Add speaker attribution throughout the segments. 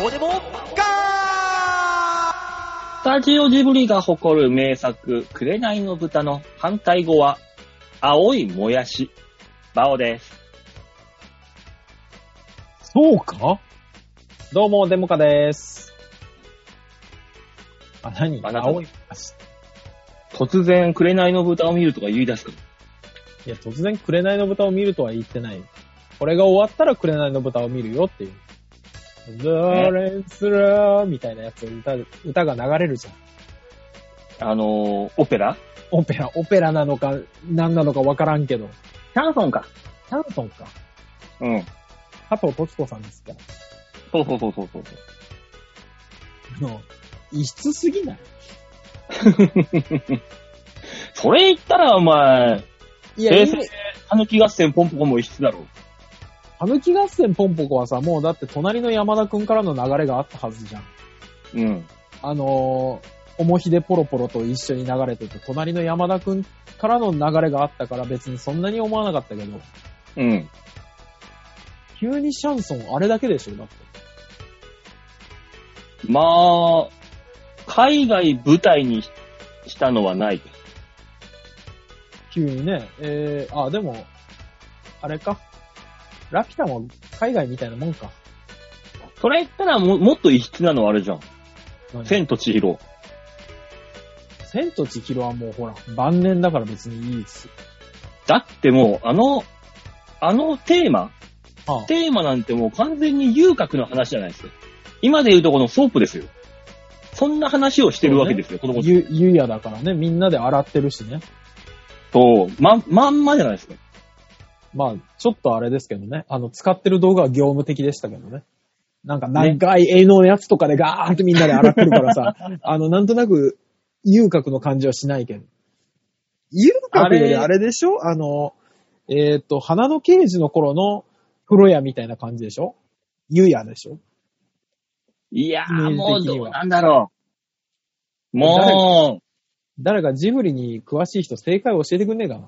Speaker 1: どうでもガ
Speaker 2: スタジオジブリが誇る名作、紅の豚の反対語は、青いもやし。バオです。
Speaker 3: そうかどうも、デモカです。あ、何
Speaker 2: あなた
Speaker 3: 青い昔。
Speaker 2: 突然、紅の豚を見るとか言い出すか
Speaker 3: いや、突然、紅の豚を見るとは言ってない。これが終わったら、紅の豚を見るよっていう。ザーレンスラーみたいなやつ歌、歌が流れるじゃん。
Speaker 2: ら。あのー、オペラ
Speaker 3: オペラ、オペラなのか、何なのかわからんけど。
Speaker 2: シャンソンか。
Speaker 3: シャンソンか。
Speaker 2: うん。
Speaker 3: 加藤時子さんですから。
Speaker 2: そうそうそうそうそう。
Speaker 3: あの、異質すぎない
Speaker 2: それ言ったら、お前、
Speaker 3: いや、
Speaker 2: 平
Speaker 3: い
Speaker 2: 成、たぬき合戦ポンポコも一室だろ。
Speaker 3: あの気合戦ポンポコはさ、もうだって隣の山田くんからの流れがあったはずじゃん。
Speaker 2: うん。
Speaker 3: あのー、おもひでポロポロと一緒に流れてて、隣の山田くんからの流れがあったから別にそんなに思わなかったけど、
Speaker 2: うん。
Speaker 3: 急にシャンソンあれだけでしょだって。
Speaker 2: まあ、海外舞台にししたのはない。
Speaker 3: 急にね。えー、あ、でも、あれか。ラピュタも海外みたいなもんか。
Speaker 2: それ言ったらも、もっと異質なのはあれじゃん。
Speaker 3: 何
Speaker 2: 千と千尋。
Speaker 3: 千と千尋はもうほら、晩年だから別にいいです。
Speaker 2: だってもう、あの、あのテーマ、
Speaker 3: ああ
Speaker 2: テーマなんてもう完全に遊郭の話じゃないですよ。今で言うとこのソープですよ。そんな話をしてるわけですよ、この子
Speaker 3: ゆ、ゆうやだからね、みんなで洗ってるしね。
Speaker 2: と、ま、まんまじゃないですか。
Speaker 3: まあ、ちょっとあれですけどね。あの、使ってる動画は業務的でしたけどね。なんか、長い絵のやつとかでガーンってみんなで洗ってるからさ、 あの、なんとなく、遊郭の感じはしないけど。遊郭よりあれでしょあの、えっ、と、花の刑事の頃の風呂屋みたいな感じでしょ湯屋でしょ
Speaker 2: いや
Speaker 3: イメー
Speaker 2: ー、
Speaker 3: ジ的に
Speaker 2: もうどう
Speaker 3: は
Speaker 2: なんだろう。もう、
Speaker 3: 誰かジブリに詳しい人正解を教えてくんねえかな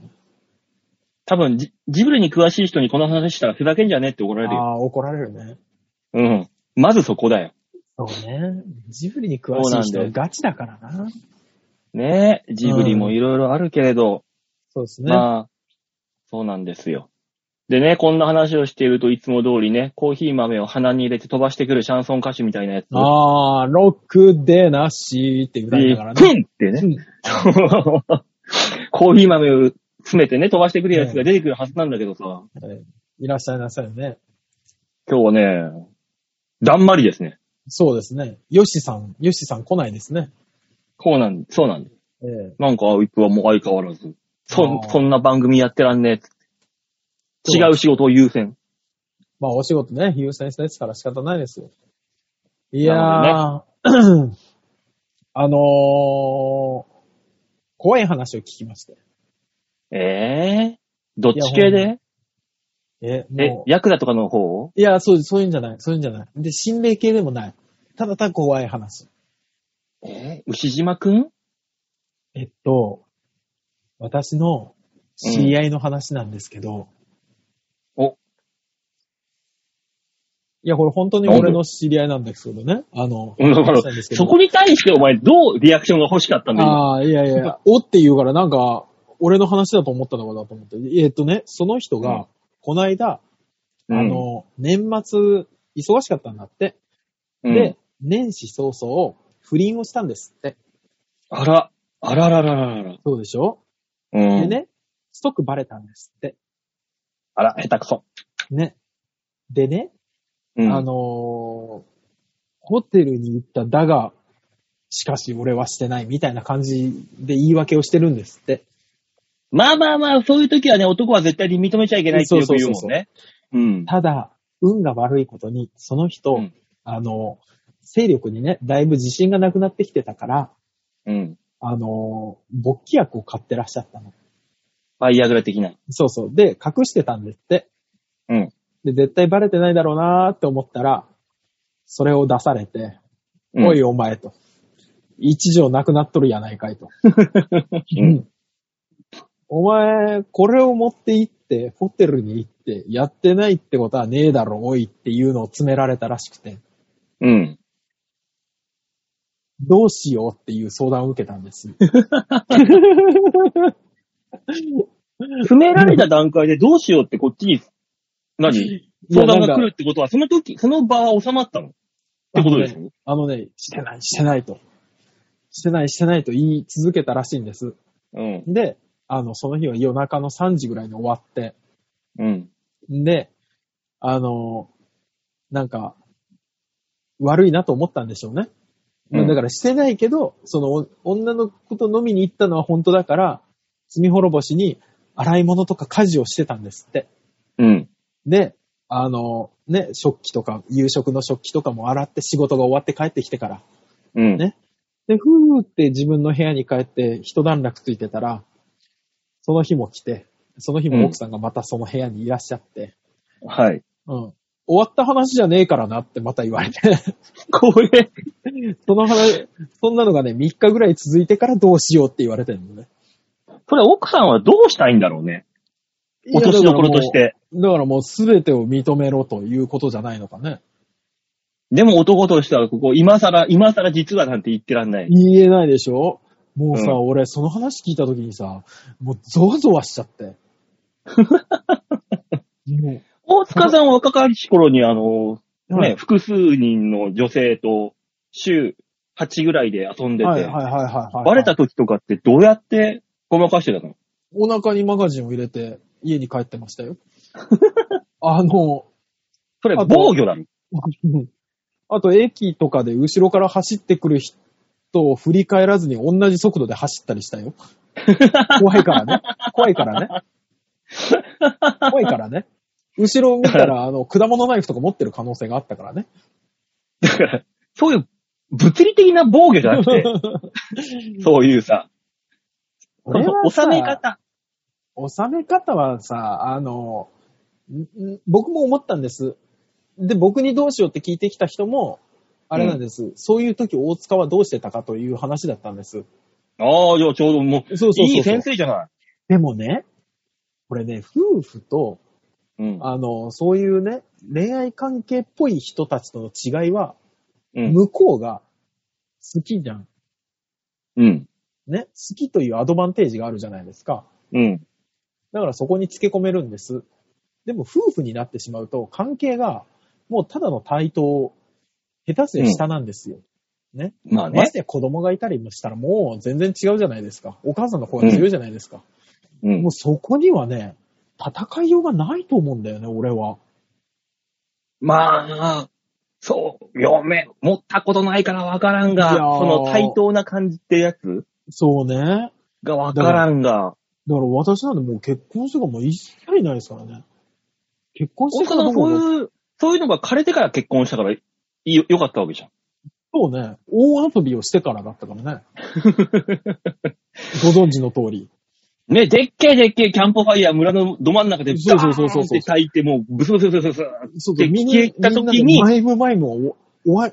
Speaker 2: 多分ジ、ジブリに詳しい人にこの話したらふざけんじゃねえって怒られるよ。
Speaker 3: ああー、怒られるね。
Speaker 2: うん。まずそこだよ。
Speaker 3: そうね。ジブリに詳しい人はガチだからな。
Speaker 2: ねえ、ジブリもいろいろあるけれど、
Speaker 3: そうですね。
Speaker 2: まあ、そうなんですよ。でね、こんな話をしているといつも通りね、コーヒー豆を鼻に入れて飛ばしてくるシャンソン歌手みたいなやつ。
Speaker 3: あー、ロックでなしって歌いながら
Speaker 2: で
Speaker 3: ね。
Speaker 2: プンってね、 コーヒー豆を詰めてね、飛ばしてくるやつが出てくるはずなんだけどさ、
Speaker 3: いらっしゃいなさいね。
Speaker 2: 今日はね、だんまりですね。
Speaker 3: そうですね。ヨシさん、ヨシさん来ないですね。
Speaker 2: こうなん、そうなんです。
Speaker 3: ええ
Speaker 2: なんか、あいつはもう相変わらず。そ
Speaker 3: あ、ー
Speaker 2: そんな番組やってらんねえっつって。違う仕事を優先。
Speaker 3: まあ、お仕事ね、優先してですから仕方ないですよ。いやー、
Speaker 2: な
Speaker 3: あのー、怖い話を聞きまして。
Speaker 2: ええどっち系
Speaker 3: いや
Speaker 2: で
Speaker 3: え、
Speaker 2: え
Speaker 3: も、う、
Speaker 2: ヤクザとかの方
Speaker 3: いや、そう、そういうんじゃない、そういうんじゃない。で、心霊系でもない。ただただ怖い話。
Speaker 2: えー、牛島くん
Speaker 3: えっと、私の知り合いの話なんですけど。
Speaker 2: うんお
Speaker 3: いや、これ本当に俺の知り合いなんですけどね。あの、
Speaker 2: うんだから
Speaker 3: 話なんですけど
Speaker 2: そこに対してお前どうリアクションが欲しかったんだよ。
Speaker 3: ああ、いやいや、おって言うからなんか、俺の話だと思ったのかなと思って。えっとね、その人
Speaker 2: うん
Speaker 3: が、この間、
Speaker 2: うん
Speaker 3: あの、年末、忙しかったんだって。
Speaker 2: うん
Speaker 3: で、年始早々、不倫をしたんですって。
Speaker 2: あら、あらららららら。
Speaker 3: そうでしょ
Speaker 2: うん。
Speaker 3: でね、即バレたんですって。
Speaker 2: あら、下手くそ。
Speaker 3: ね。でね、
Speaker 2: うん、
Speaker 3: あのーホテルに行っただが、しかし俺はしてないみたいな感じで言い訳をしてるんですって。
Speaker 2: まあまあまあ、そういう時はね、男は絶対に認めちゃいけないってよく言うもん
Speaker 3: そうそうそう
Speaker 2: ね。うん。
Speaker 3: ただ、運が悪いことに、その人、
Speaker 2: うん
Speaker 3: あのー、勢力にね、だいぶ自信がなくなってきてたから、
Speaker 2: うん。
Speaker 3: あのー、勃起薬を買ってらっしゃったの。
Speaker 2: ファイヤグラ的な。
Speaker 3: そうそう。で、隠してたんですって。
Speaker 2: うん。
Speaker 3: で、絶対バレてないだろうなーって思ったら、それを出されて、
Speaker 2: うん
Speaker 3: おいお前と。一条なくなっとるやないか いと。うんお前、これを持って行って、ホテルに行って、やってないってことはねえだろ、おいっていうのを詰められたらしくて。
Speaker 2: ううん。
Speaker 3: どうしようっていう相談を受けた んです。
Speaker 2: 詰められた段階でどうしようってこっちに、何相談が来るってことは、その時、その場は収まったのってことですよ。
Speaker 3: あのね、してない、してないと。してない、してないと言い続けたらしいんです。
Speaker 2: うん。
Speaker 3: で、あの、その日は夜中の3時ぐらいに終わって、
Speaker 2: うん。
Speaker 3: んで、あの、なんか、悪いなと思ったんでしょうね。
Speaker 2: うん
Speaker 3: だからしてないけど、そのお女の子と飲みに行ったのは本当だから、罪滅ぼしに洗い物とか家事をしてたんですって。
Speaker 2: うん。
Speaker 3: で、あの、ね、食器とか、夕食の食器とかも洗って仕事が終わって帰ってきてから。
Speaker 2: うん。
Speaker 3: ねで、ふーって自分の部屋に帰って一段落ついてたら、その日も来て、その日も奥さんがまたその部屋にいらっしゃって、
Speaker 2: はい。
Speaker 3: うん。終わった話じゃねえからなってまた言われて、
Speaker 2: これ、
Speaker 3: その話、そんなのがね、3日ぐらい続いてからどうしようって言われてるのね。
Speaker 2: それ奥さんはどうしたいんだろうね。落としどころとし
Speaker 3: いや。
Speaker 2: て。
Speaker 3: だからもうすべてを認めろということじゃないのかね。
Speaker 2: でも男としては、ここ、今更、今更実はなんて言ってらんない。
Speaker 3: 言えないでしょもうさ、
Speaker 2: うん
Speaker 3: 俺、その話聞いた時にさ、もうゾワゾワしち ゃって。も
Speaker 2: 大塚さんは若かりし頃に、あの、
Speaker 3: う
Speaker 2: ね、複数人の女性と週8ぐらいで遊んで
Speaker 3: はい
Speaker 2: て、
Speaker 3: はいはいはいはい、
Speaker 2: バレた時とかってどうやってごまかしてたの
Speaker 3: お腹にマガジンを入れて家に帰ってました よ。あの、
Speaker 2: それ
Speaker 3: あと
Speaker 2: 防御な の
Speaker 3: あと駅とかで後ろから走ってくる人を振り返らずに同じ速度で走ったりし たよ。怖いからね。怖いからね。怖いからね。後ろを見たら、あの、果物ナイフとか持ってる可能性があったからね。
Speaker 2: だから、そういう物理的な防御じゃなくて、 そういうさ、そ
Speaker 3: 俺
Speaker 2: うそう
Speaker 3: はさ
Speaker 2: 収め。方。
Speaker 3: 収め方はさ、あの、んん僕も思ったんです。で、僕にどうしようって聞いてきた人も、あれなんです。そういう時大塚はどうしてたかという話だったんです。
Speaker 2: ああ、じゃあちょうどもう、
Speaker 3: そうそうそうそう
Speaker 2: いい先生じゃない。
Speaker 3: でもね、これね、夫婦と、
Speaker 2: うん。
Speaker 3: あの、そういうね、恋愛関係っぽい人たちとの違いは、
Speaker 2: うん。
Speaker 3: 向こうが好きじゃん。
Speaker 2: うん。
Speaker 3: ね、好きというアドバンテージがあるじゃないですか。
Speaker 2: うん。
Speaker 3: だからそこに付け込めるんです。でも夫婦になってしまうと関係がもうただの対等、下手すりゃ下なんですよ。
Speaker 2: まあ
Speaker 3: ま
Speaker 2: ね
Speaker 3: し。てや子供がいたりもしたらもう全然違うじゃないですか。お母さんの声が強いじゃないですか。
Speaker 2: うん
Speaker 3: もう。そこにはね、戦いようがないと思うんだよね、俺は。
Speaker 2: まあ、そう、嫁、持ったことないからわからんが、
Speaker 3: いやー
Speaker 2: その対等な感じってやつ
Speaker 3: そうね。だ
Speaker 2: が
Speaker 3: か
Speaker 2: わからんが、
Speaker 3: ら私なんでもう結婚してからもう一切ないですからね。結婚し
Speaker 2: 大
Speaker 3: てか
Speaker 2: 塚さ
Speaker 3: ら
Speaker 2: んそう
Speaker 3: う
Speaker 2: いう、そういうのが枯れてから結婚したからいいよ、よかったわけじゃん。
Speaker 3: そうね、大遊びをしてからだったか らね。ご存知の通り。
Speaker 2: ね、でっけえでっけえキャンプファイヤー村のど真ん中でバ
Speaker 3: そうそう
Speaker 2: ー
Speaker 3: そうそう
Speaker 2: ンって炊いて、もうブスブスブスブス。
Speaker 3: そう
Speaker 2: で
Speaker 3: そう、みんな、
Speaker 2: 消えた
Speaker 3: みんなで
Speaker 2: 時に
Speaker 3: マイムマイムをお終わ、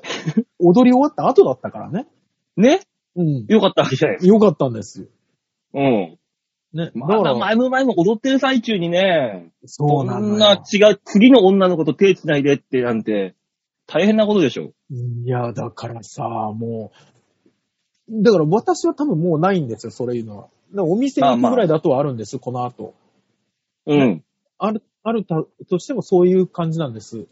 Speaker 3: 踊り終わった後だったからね。
Speaker 2: ね、
Speaker 3: うん。
Speaker 2: よかったわけじゃないですか。
Speaker 3: よかったんですよ。
Speaker 2: うん。
Speaker 3: ね。
Speaker 2: ま
Speaker 3: だか
Speaker 2: だ
Speaker 3: ら
Speaker 2: 前も前も踊ってる最中にね、
Speaker 3: そ
Speaker 2: こ
Speaker 3: うなんん
Speaker 2: な
Speaker 3: だよ。
Speaker 2: 違う、次の女の子と手繋いでってなんて、大変なことでしょ。
Speaker 3: いや、だからさ、もう、だから私は多分もうないんですよ、それいうのは。だからお店に行くぐらいだとはあるんです、この後。
Speaker 2: うん。
Speaker 3: ある、あるたとしてもそういう感じなんです。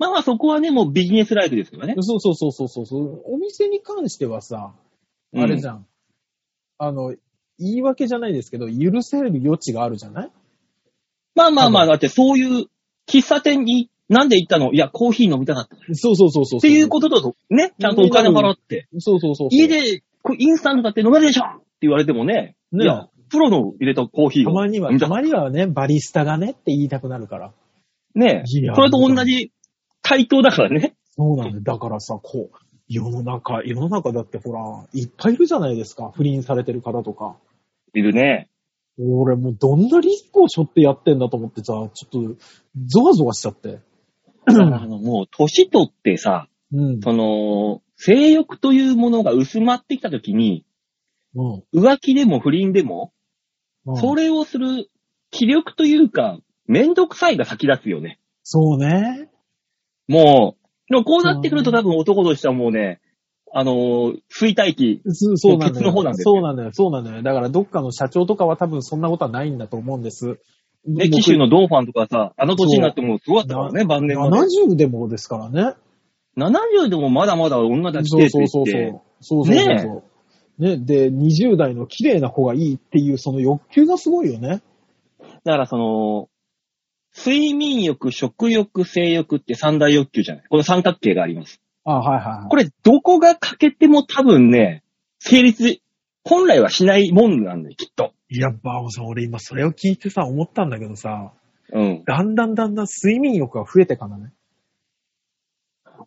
Speaker 2: まあまあそこはね、もうビジネスライフですからね。
Speaker 3: そうそうそうそうそうそう。お店に関してはさ、あれじ
Speaker 2: ゃん。
Speaker 3: ゃん。あの、言い訳じゃないですけど、許せる余地があるじゃない
Speaker 2: まあまあま
Speaker 3: あ
Speaker 2: あ、だってそういう喫茶店に、なんで行ったのいや、コーヒー飲みたかった。っ
Speaker 3: そうそうそうそうそう。
Speaker 2: ていうことだと、ね、ちゃんとお金払って、
Speaker 3: そうそうそうそう。
Speaker 2: 家でこうインスタントだって飲めるでしょって言われてもね、
Speaker 3: ね
Speaker 2: いや、プロの入れたコーヒー
Speaker 3: た
Speaker 2: を。
Speaker 3: まには、
Speaker 2: 飲み
Speaker 3: た
Speaker 2: たかっ
Speaker 3: まにはね、バリスタがねって言いたくなるから。
Speaker 2: たね
Speaker 3: いや
Speaker 2: それと同じ対等だからね。
Speaker 3: そうなんだよ。だからさ、こう、世の中、世の中だってほら、いっぱいいるじゃないですか。不倫されてる方とか。
Speaker 2: いる ね。
Speaker 3: 俺もうどんなリスクを背負ってやってんだと思ってさ、ちょっと、ゾワゾワしちゃって。
Speaker 2: だからあの、もう、年取ってさ、
Speaker 3: うん。
Speaker 2: その、性欲というものが薄まってきたときに、
Speaker 3: うん。
Speaker 2: 浮気でも不倫でも、
Speaker 3: うん
Speaker 2: それをする気力というか、めんどくさいが先立つよね。
Speaker 3: そうね。
Speaker 2: もう、でもこうなってくると多分男としてはもうね、あのー、衰退期。
Speaker 3: そうそうなんだ
Speaker 2: ケツの
Speaker 3: よ。
Speaker 2: 方なんだよね
Speaker 3: そうなんだよ。そうなんだよ。だからどっかの社長とかは多分そんなことはないんだと思うんです。
Speaker 2: ね、
Speaker 3: 僕
Speaker 2: 紀州のドンファンとかさ、あの年になってもすごかったからね、晩年は、ね。
Speaker 3: 70でもですからね。
Speaker 2: 70でもまだまだ女たち
Speaker 3: そ
Speaker 2: で
Speaker 3: う
Speaker 2: って
Speaker 3: そ
Speaker 2: 言っ
Speaker 3: う
Speaker 2: て。
Speaker 3: そうそう。そうそうそうそう。ねで、20代の綺麗な子がいいっていうその欲求がすごいよね。
Speaker 2: だからその、睡眠欲、食欲、性欲って三大欲求じゃないこの三角形があります。
Speaker 3: あはいはいはい。
Speaker 2: これ、どこが欠けても多分ね、成立、本来はしないもんなんだよ、きっと。
Speaker 3: いや、バオさん、俺今それを聞いてさ、思ったんだけどさ、
Speaker 2: うん。
Speaker 3: だんだんだんだん睡眠欲が増えてかなね。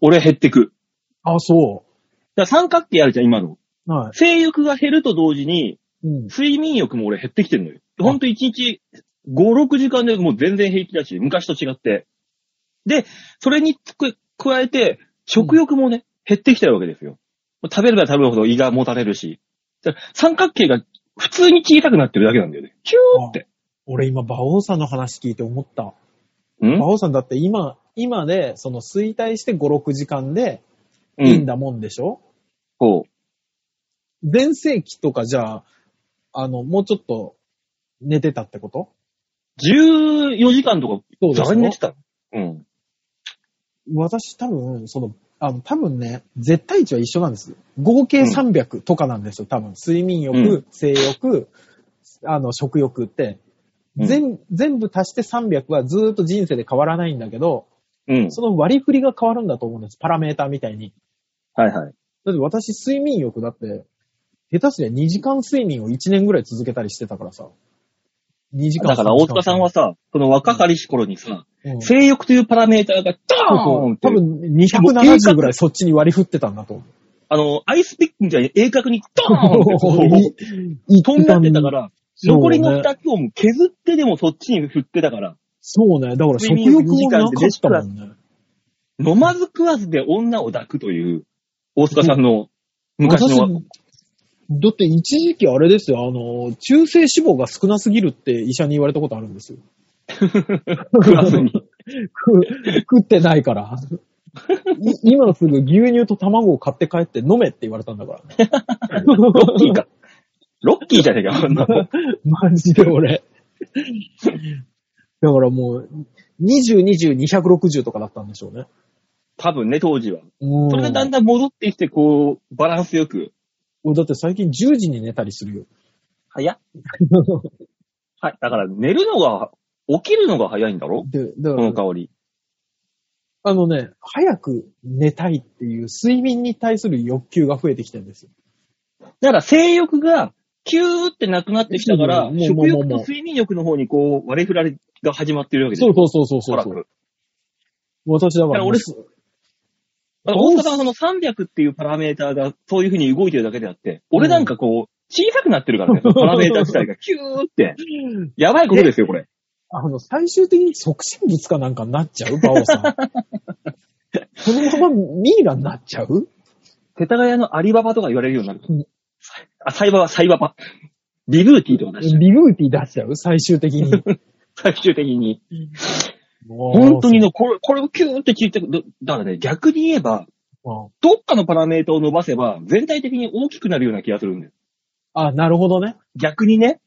Speaker 2: 俺は減ってく。
Speaker 3: あ、
Speaker 2: だか
Speaker 3: そ
Speaker 2: ら三角形あるじゃん、今の。
Speaker 3: う。は
Speaker 2: 性欲が減ると同時に、
Speaker 3: い。うん。
Speaker 2: 睡眠欲も俺減ってきてるのよ。ほんと1日5、6時間でもう全然平気だし、昔と違って。で、それにつく加えて、食欲もね、減ってきてるわけですよ。食べれば食べるほど胃がもたれるし。だから三角形が普通に小さくなってるだけなんだよね。キューって。
Speaker 3: 俺今、バオさんの話聞いて思った。
Speaker 2: うん
Speaker 3: バオさんだって今、今で、その衰退して5、6時間で
Speaker 2: うん
Speaker 3: いいんだもんでしょ、
Speaker 2: こ
Speaker 3: 前世紀とかじゃあ、あの、もうちょっと寝てたってこと
Speaker 2: う。14時間とか、
Speaker 3: そうです
Speaker 2: 誰
Speaker 3: よ
Speaker 2: に寝てたのうん。
Speaker 3: 私多分、その、あの、多分ね、絶対値は一緒なんですよ。合計
Speaker 2: うん
Speaker 3: 300とかなんですよ、多分。睡眠欲、
Speaker 2: うん
Speaker 3: 性欲、あの、食欲って。
Speaker 2: うん
Speaker 3: 全全部足して300はずーっと人生で変わらないんだけど、
Speaker 2: うん。
Speaker 3: その割り振りが変わるんだと思うんです。パラメーターみたいに。
Speaker 2: はいはい。
Speaker 3: だって私、睡眠欲だって、下手すりゃ2時間睡眠を1年ぐらい続けたりしてたからさ。2時間
Speaker 2: だから大塚さんは、さ、その若かりし頃にさ、
Speaker 3: うんそう
Speaker 2: 性欲というパラメーターがドー
Speaker 3: そ
Speaker 2: ン
Speaker 3: う
Speaker 2: って
Speaker 3: 多、分270ぐらいそっちに割り振ってたんだと思う。
Speaker 2: あの、アイスピックみたいに鋭角にドーンってこう、
Speaker 3: い
Speaker 2: 飛んだってたか、ら、
Speaker 3: そうね
Speaker 2: 残りの2つをもう削ってでもそっちに振ってたから、
Speaker 3: そうね。だから食欲もなかったもんね。
Speaker 2: 飲まず食わずで女を抱くという、大塚さんの昔の、
Speaker 3: 私だって一時期あれですよ、あの、中性脂肪が少なすぎるって医者に言われたことあるんですよ。
Speaker 2: 食わずに。
Speaker 3: 食食 ってないから。い今すぐ牛乳と卵を買って帰って飲めって言われたんだからね。
Speaker 2: ロッ キーか。ロッキーじゃねえか、 あんなの
Speaker 3: マジで俺。だからもう、20、20、260とかだったんでしょうね。
Speaker 2: 多分ね、当時は。
Speaker 3: うん
Speaker 2: それがだんだん戻ってきて、こう、バランスよく。
Speaker 3: 俺だって最近10時に寝たりするよ。
Speaker 2: 早っはい。だから、寝るのが、起きるのが早いんだろ
Speaker 3: でだ
Speaker 2: こ
Speaker 3: から
Speaker 2: の香り。
Speaker 3: あのね、早く寝たいっていう睡眠に対する欲求が増えてきてるんですよ。
Speaker 2: だから、性欲が、キューってなくなってきたから、
Speaker 3: うんもうもう
Speaker 2: 食欲
Speaker 3: も
Speaker 2: と
Speaker 3: う
Speaker 2: 睡眠欲の方に、こう、割り振られが始まってるわけです
Speaker 3: そう
Speaker 2: よ。
Speaker 3: そうそうそうそう
Speaker 2: おそらく
Speaker 3: 私だか
Speaker 2: だからら
Speaker 3: もう、
Speaker 2: 俺だから大塚さんはその300っていうパラメーターが、そういう風に動いてるだけであって、俺なんかこう、小さくなってるから ね、そのパラメーター自体が、キューって。やばいことですよ、これ。
Speaker 3: あの、最終的に促進率かなんかになっちゃうバオさん。 そのままミイラになっちゃう
Speaker 2: 世田谷のアリババとか言われるようになる
Speaker 3: うん。
Speaker 2: あ、サイババ、サイババ。リブーティーとか出して、
Speaker 3: リブーティー出しちゃう最終 的に。
Speaker 2: 最終的に。
Speaker 3: 本
Speaker 2: 本当に。ね、これ、これをキューって聞いてく、だだからね、逆に言えば、
Speaker 3: うん
Speaker 2: どっかのパラメータを伸ばせば、全体的に大きくなるような気がするんだよ。
Speaker 3: あ、なるほどね。
Speaker 2: 逆にね。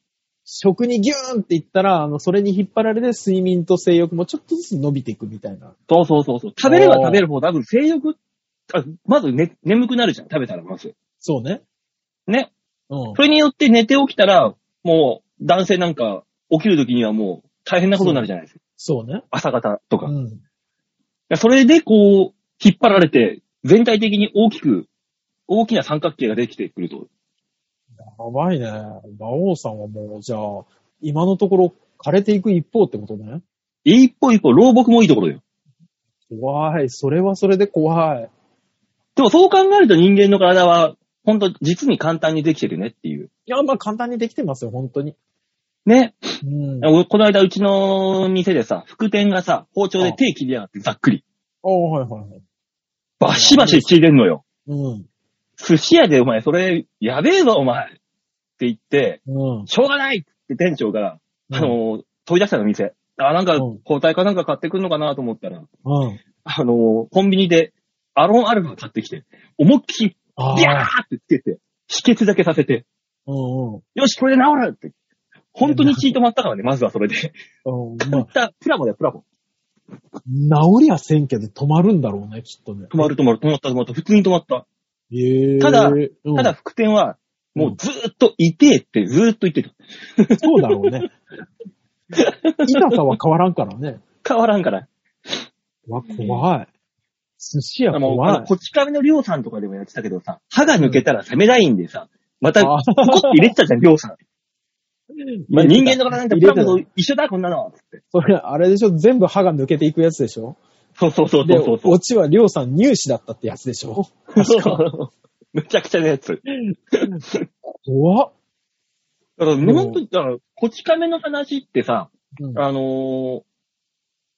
Speaker 3: 食にギューンっていったら、あの、それに引っ張られて睡眠と性欲もちょっとずつ伸びていくみたいな。
Speaker 2: そうそうそうそう。食べれば食べるほど多分性欲、あまず、ね、眠くなるじゃん。食べたらまず。
Speaker 3: そうね。
Speaker 2: ね。
Speaker 3: うん
Speaker 2: そ。れによって寝て起きたら、もう男性なんか起きる時にはもう大変なことになるじゃないですか。
Speaker 3: そうね。
Speaker 2: 朝方とか。
Speaker 3: う
Speaker 2: い
Speaker 3: ん。
Speaker 2: やそれでこう、引っ張られて、全体的に大きく、大きな三角形ができてくると。
Speaker 3: やばいね。馬王さんはもう、じゃあ、今のところ枯れていく一方ってことね。
Speaker 2: 一歩一歩、老木もいいところだよ。
Speaker 3: 怖い。それはそれで怖い。
Speaker 2: でもそう考えると人間の体は、ほんと実に簡単にできてるねっていう。
Speaker 3: いや、まあ簡単にできてますよ、本当に。
Speaker 2: ね。
Speaker 3: うん。あ
Speaker 2: 俺この間うちの店でさ、副店がさ、包丁で手切りやがってざっくり。
Speaker 3: あ、はいはいはい。
Speaker 2: バシバシ切れんのよ。
Speaker 3: うん。
Speaker 2: 寿司屋でお前、それ、やべえぞお前って言って、
Speaker 3: うん。
Speaker 2: しょうがないって店長が、あの、飛び出したの店。あ、なんか
Speaker 3: うん、
Speaker 2: 包帯かなんか買ってくんのかなと思ったら、
Speaker 3: うん。
Speaker 2: あの、コンビニでアロンアルファ買ってきて、思いっきり、
Speaker 3: あ
Speaker 2: ビャー
Speaker 3: あ。
Speaker 2: ってつけて、止血だけさせて、
Speaker 3: うんうん
Speaker 2: よし、これで治るって。本当に血止まったからね、まずはそれで。
Speaker 3: う ん。
Speaker 2: 買
Speaker 3: まあ
Speaker 2: っ、た、プラモだよ、プラモ。
Speaker 3: 治りはせんけど止まるんだろうね、きっとね。
Speaker 2: 止まる止まる、止まった、止まった、普通に止まった。
Speaker 3: へえ。
Speaker 2: ただ
Speaker 3: うん
Speaker 2: ただ、、副点は、もうずーっと痛えってずーっと言ってた。
Speaker 3: そうだろう ね。痛さは変わらんからね。
Speaker 2: 変わらんから。
Speaker 3: わ、怖い。寿司屋
Speaker 2: あの、
Speaker 3: 怖
Speaker 2: あの
Speaker 3: い。
Speaker 2: こち亀のりょうさんとかでもやってたけどさ、歯が抜けたら冷めないんでさ、また、
Speaker 3: あ
Speaker 2: ポコって入れてたじゃん、りょうさん。まあ、人間の体なんて
Speaker 3: 入
Speaker 2: プ
Speaker 3: れ
Speaker 2: ラ
Speaker 3: てた
Speaker 2: モと一緒だ、こんなの。つって
Speaker 3: それ、あれでしょ全部歯が抜けていくやつでしょ
Speaker 2: そうそうそう
Speaker 3: で、
Speaker 2: そうそう
Speaker 3: オチはりょうさん入試だったってやつでしょ
Speaker 2: そう
Speaker 3: 確
Speaker 2: そ
Speaker 3: か。
Speaker 2: う。めちゃくちゃなやつ。
Speaker 3: 怖っ。
Speaker 2: だから、
Speaker 3: も
Speaker 2: 本当に、だから、こち亀の話ってさ、
Speaker 3: うん
Speaker 2: あのー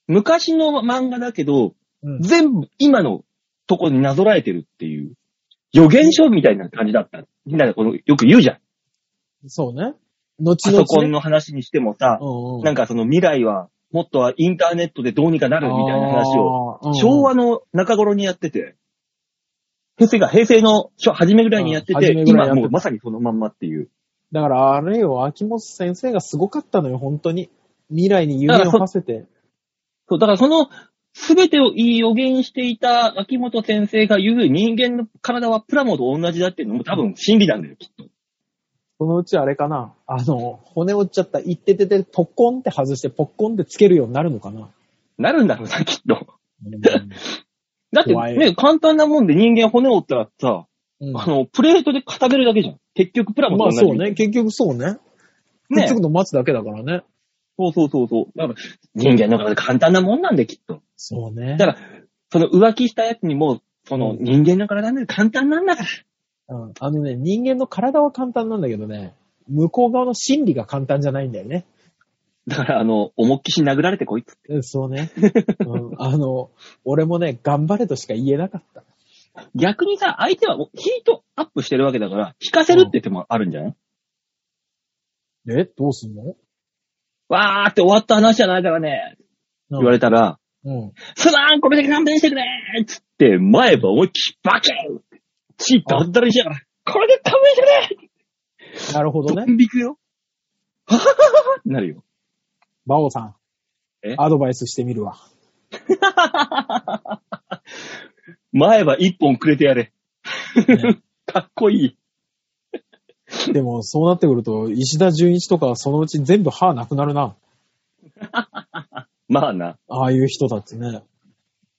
Speaker 2: 昔の漫画だけど、
Speaker 3: うん
Speaker 2: 全部今のところになぞらえてるっていう、予言書みたいな感じだった。みんなでこの、よく言うじゃん。
Speaker 3: そうね。
Speaker 2: パ
Speaker 3: 後
Speaker 2: ソコ
Speaker 3: 々
Speaker 2: ン
Speaker 3: ね。
Speaker 2: の話にしてもさ、
Speaker 3: うん
Speaker 2: なんかその未来は、もっとはインターネットでどうにかなるみたいな話を、
Speaker 3: を
Speaker 2: 昭和の中頃にやってて、平成が平成の初初めぐらいにやって
Speaker 3: うん
Speaker 2: て
Speaker 3: 初め、ぐら
Speaker 2: 今
Speaker 3: いやってた
Speaker 2: もうまさにそのまんまっていう。
Speaker 3: だからあれよ、秋元先生がすごかったのよ、本当に。未来に夢を馳せて。
Speaker 2: そう、だからその、すべてをいい予言していた秋元先生が言う人間の体はプラモと同じだっていうのも多分真理なんだよ、きっと。
Speaker 3: そのうちあれかな。あの、骨折っちゃった、いっててて、ポッコンって外して、ポッコンってつけるようになるのかな。
Speaker 2: なるんだろうな、きっと。
Speaker 3: う
Speaker 2: だって
Speaker 3: 怖い
Speaker 2: ね、簡単なもんで人間骨折ったらさ、
Speaker 3: ん
Speaker 2: あの、プレートで固めるだけじゃん。結局プラモ
Speaker 3: まあ
Speaker 2: と同じ。
Speaker 3: そうね、結局そうね。くっ
Speaker 2: ね
Speaker 3: つくの待つだけだからね。
Speaker 2: そうそうそうそう。だから人間の体簡単なもんなんで、きっと。
Speaker 3: そうね。
Speaker 2: だから、その浮気したやつにも、その
Speaker 3: うん
Speaker 2: 人間の体なんて簡単なんだから。
Speaker 3: うん、あのね、人間の体は簡単なんだけどね、向こう側の心理が簡単じゃないんだよね。
Speaker 2: だから、あの、思いっきし殴られてこいっつって。
Speaker 3: うんそ うね、うん。あの、俺もね、頑張れとしか言えなかった。
Speaker 2: 逆にさ、相手はもうヒートアップしてるわけだから、引かせるって手もあるんじゃない、
Speaker 3: えどうすんの
Speaker 2: わーって終わった話じゃないからね、言われたら、
Speaker 3: うん。
Speaker 2: すまんこれで勘弁してくれーっつって、前歯思いっきりバキン血だったりしながら、これで勘弁してくれ
Speaker 3: なるほど
Speaker 2: ド
Speaker 3: ね。
Speaker 2: ン引くよ。はははははってなるよ。
Speaker 3: 馬王さ
Speaker 2: え
Speaker 3: ん。アドバイスしてみるわ。
Speaker 2: 前歯一本くれてやれ。
Speaker 3: ね
Speaker 2: かっこいい。
Speaker 3: でも、そうなってくると、石田純一とかはそのうち全部歯なくなるな。
Speaker 2: まあな。
Speaker 3: ああいう人たちね。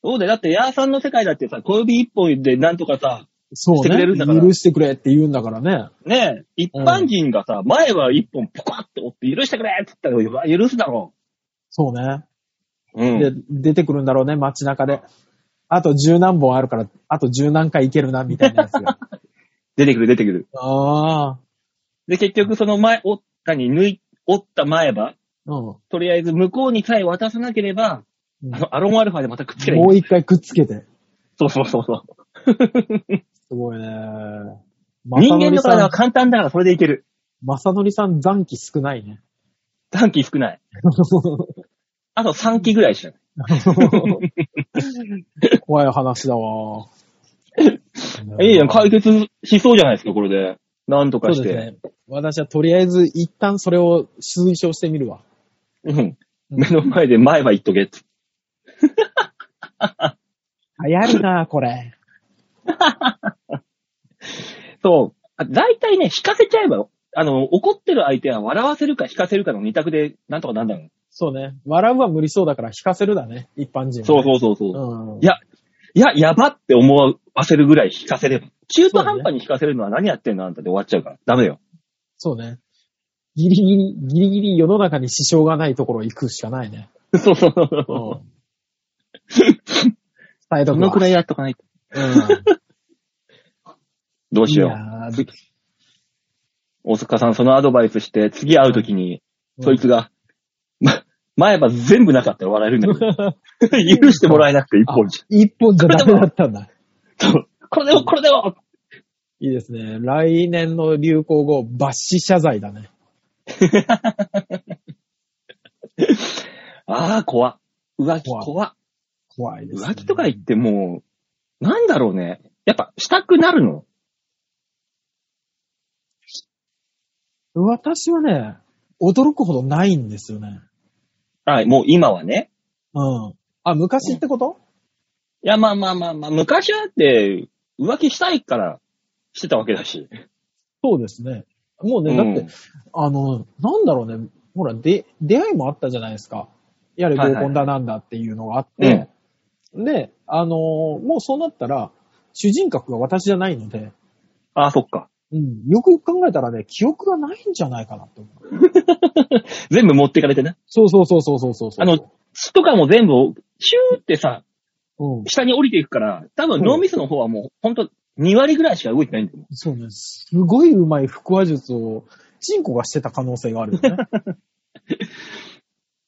Speaker 2: そうだよ。だって、ヤーさんの世界だってさ、小指一本でなんとかさ、
Speaker 3: そう
Speaker 2: してく
Speaker 3: ね。
Speaker 2: れるんだから
Speaker 3: 許してくれって言うんだからね。
Speaker 2: ねえ、一般人がさ、前歯一本ポコッと折って許してくれって言ったら、許すだろ
Speaker 3: そうね。
Speaker 2: う。うん。
Speaker 3: で、出てくるんだろうね、街中で。あと十何本あるから、あと十何回いけるな、みたいなやつ が。
Speaker 2: 出てくる出てくる。
Speaker 3: ああ。
Speaker 2: で、結局その前、折ったに抜い、折った前歯、
Speaker 3: うん。
Speaker 2: とりあえず向こうにさえ渡さなければ、
Speaker 3: うん
Speaker 2: あの、アロンアルファでまたくっつけない
Speaker 3: も。う一回くっつけて。
Speaker 2: そうそうそうそう。
Speaker 3: すごいね。
Speaker 2: 人間の体は
Speaker 3: さん、
Speaker 2: 簡単だからそれでいける。
Speaker 3: まさのりさん残機少ない ね。
Speaker 2: 短期少ない。あと3期ぐらいしか ない。
Speaker 3: 怖い話だわ。
Speaker 2: いいやん、解決しそうじゃないですか、これで。なんとか
Speaker 3: そ
Speaker 2: し
Speaker 3: う
Speaker 2: て。
Speaker 3: ですね。私はとりあえず一旦それを推奨してみるわ。
Speaker 2: うん。目の前で前歯言っとけっつ。
Speaker 3: 流行るな、これ。
Speaker 2: そう。あ大体ね、引かせちゃえば、あの、怒ってる相手は笑わせるか引かせるかの二択で、なんとかなんだろう。
Speaker 3: そうね。笑うは無理そうだから引かせるだね、一般人は。
Speaker 2: そうそうそうそう。
Speaker 3: うん。
Speaker 2: いや、いや、やばって思わせるぐらい引かせれば。中途半端に引かせるのは何やってんのあんたで終わっちゃうから。ダメよ。
Speaker 3: そうね。ギリギリ、ギリギリ世の中に支障がないところ行くしかないね。
Speaker 2: そうそうそう
Speaker 3: う
Speaker 2: そ
Speaker 3: ん。 伝え
Speaker 2: う。そ
Speaker 3: とく
Speaker 2: の
Speaker 3: わ
Speaker 2: くらいやっとかないと。
Speaker 3: うん。
Speaker 2: どうしよ
Speaker 3: いうや。ー
Speaker 2: 大塚さん、そのアドバイスして、次会うときに、そいつが、ま、前歯全部なかったら笑えるんだけど、許してもらえなくて一本じ
Speaker 3: 一本じゃダメだったんだ。
Speaker 2: ゃ ん。そうこれでも、これでも
Speaker 3: いいですね。来年の流行語、抜死謝罪だね。
Speaker 2: ああ、怖っ。浮気
Speaker 3: 怖っ
Speaker 2: 怖っ。
Speaker 3: 怖いです、ね。
Speaker 2: 浮気とか言ってもう、なんだろうね。やっぱ、したくなるの。
Speaker 3: 私はね、驚くほどないんですよね。
Speaker 2: はい、もう今はね。
Speaker 3: うん。あ、昔ってこと、
Speaker 2: いや、まあまあまあまあ、昔はって、浮気したいから、してたわけだし。
Speaker 3: そうですね。もうね、だって、
Speaker 2: うん
Speaker 3: あの、なんだろうね、ほら、で、出会いもあったじゃないですか。やれ合コンだなんだっていうのがあって、
Speaker 2: うん
Speaker 3: で、あのーもうそうなったら、主人格が私じゃないので、
Speaker 2: ああ、そっか。
Speaker 3: うん、よく考えたらね、記憶がないんじゃないかなって思う。
Speaker 2: 全部持ってかれてね。
Speaker 3: そうそうそうそうそうそうそう。
Speaker 2: あの、血とかも全部、シューってさ、
Speaker 3: うん、
Speaker 2: 下に降りていくから、多分脳みその方はもう、ほんと、2割ぐらいしか動いてないんだよ。
Speaker 3: そうね、すごい上手い腹話術を、チンコがしてた可能性があるよね。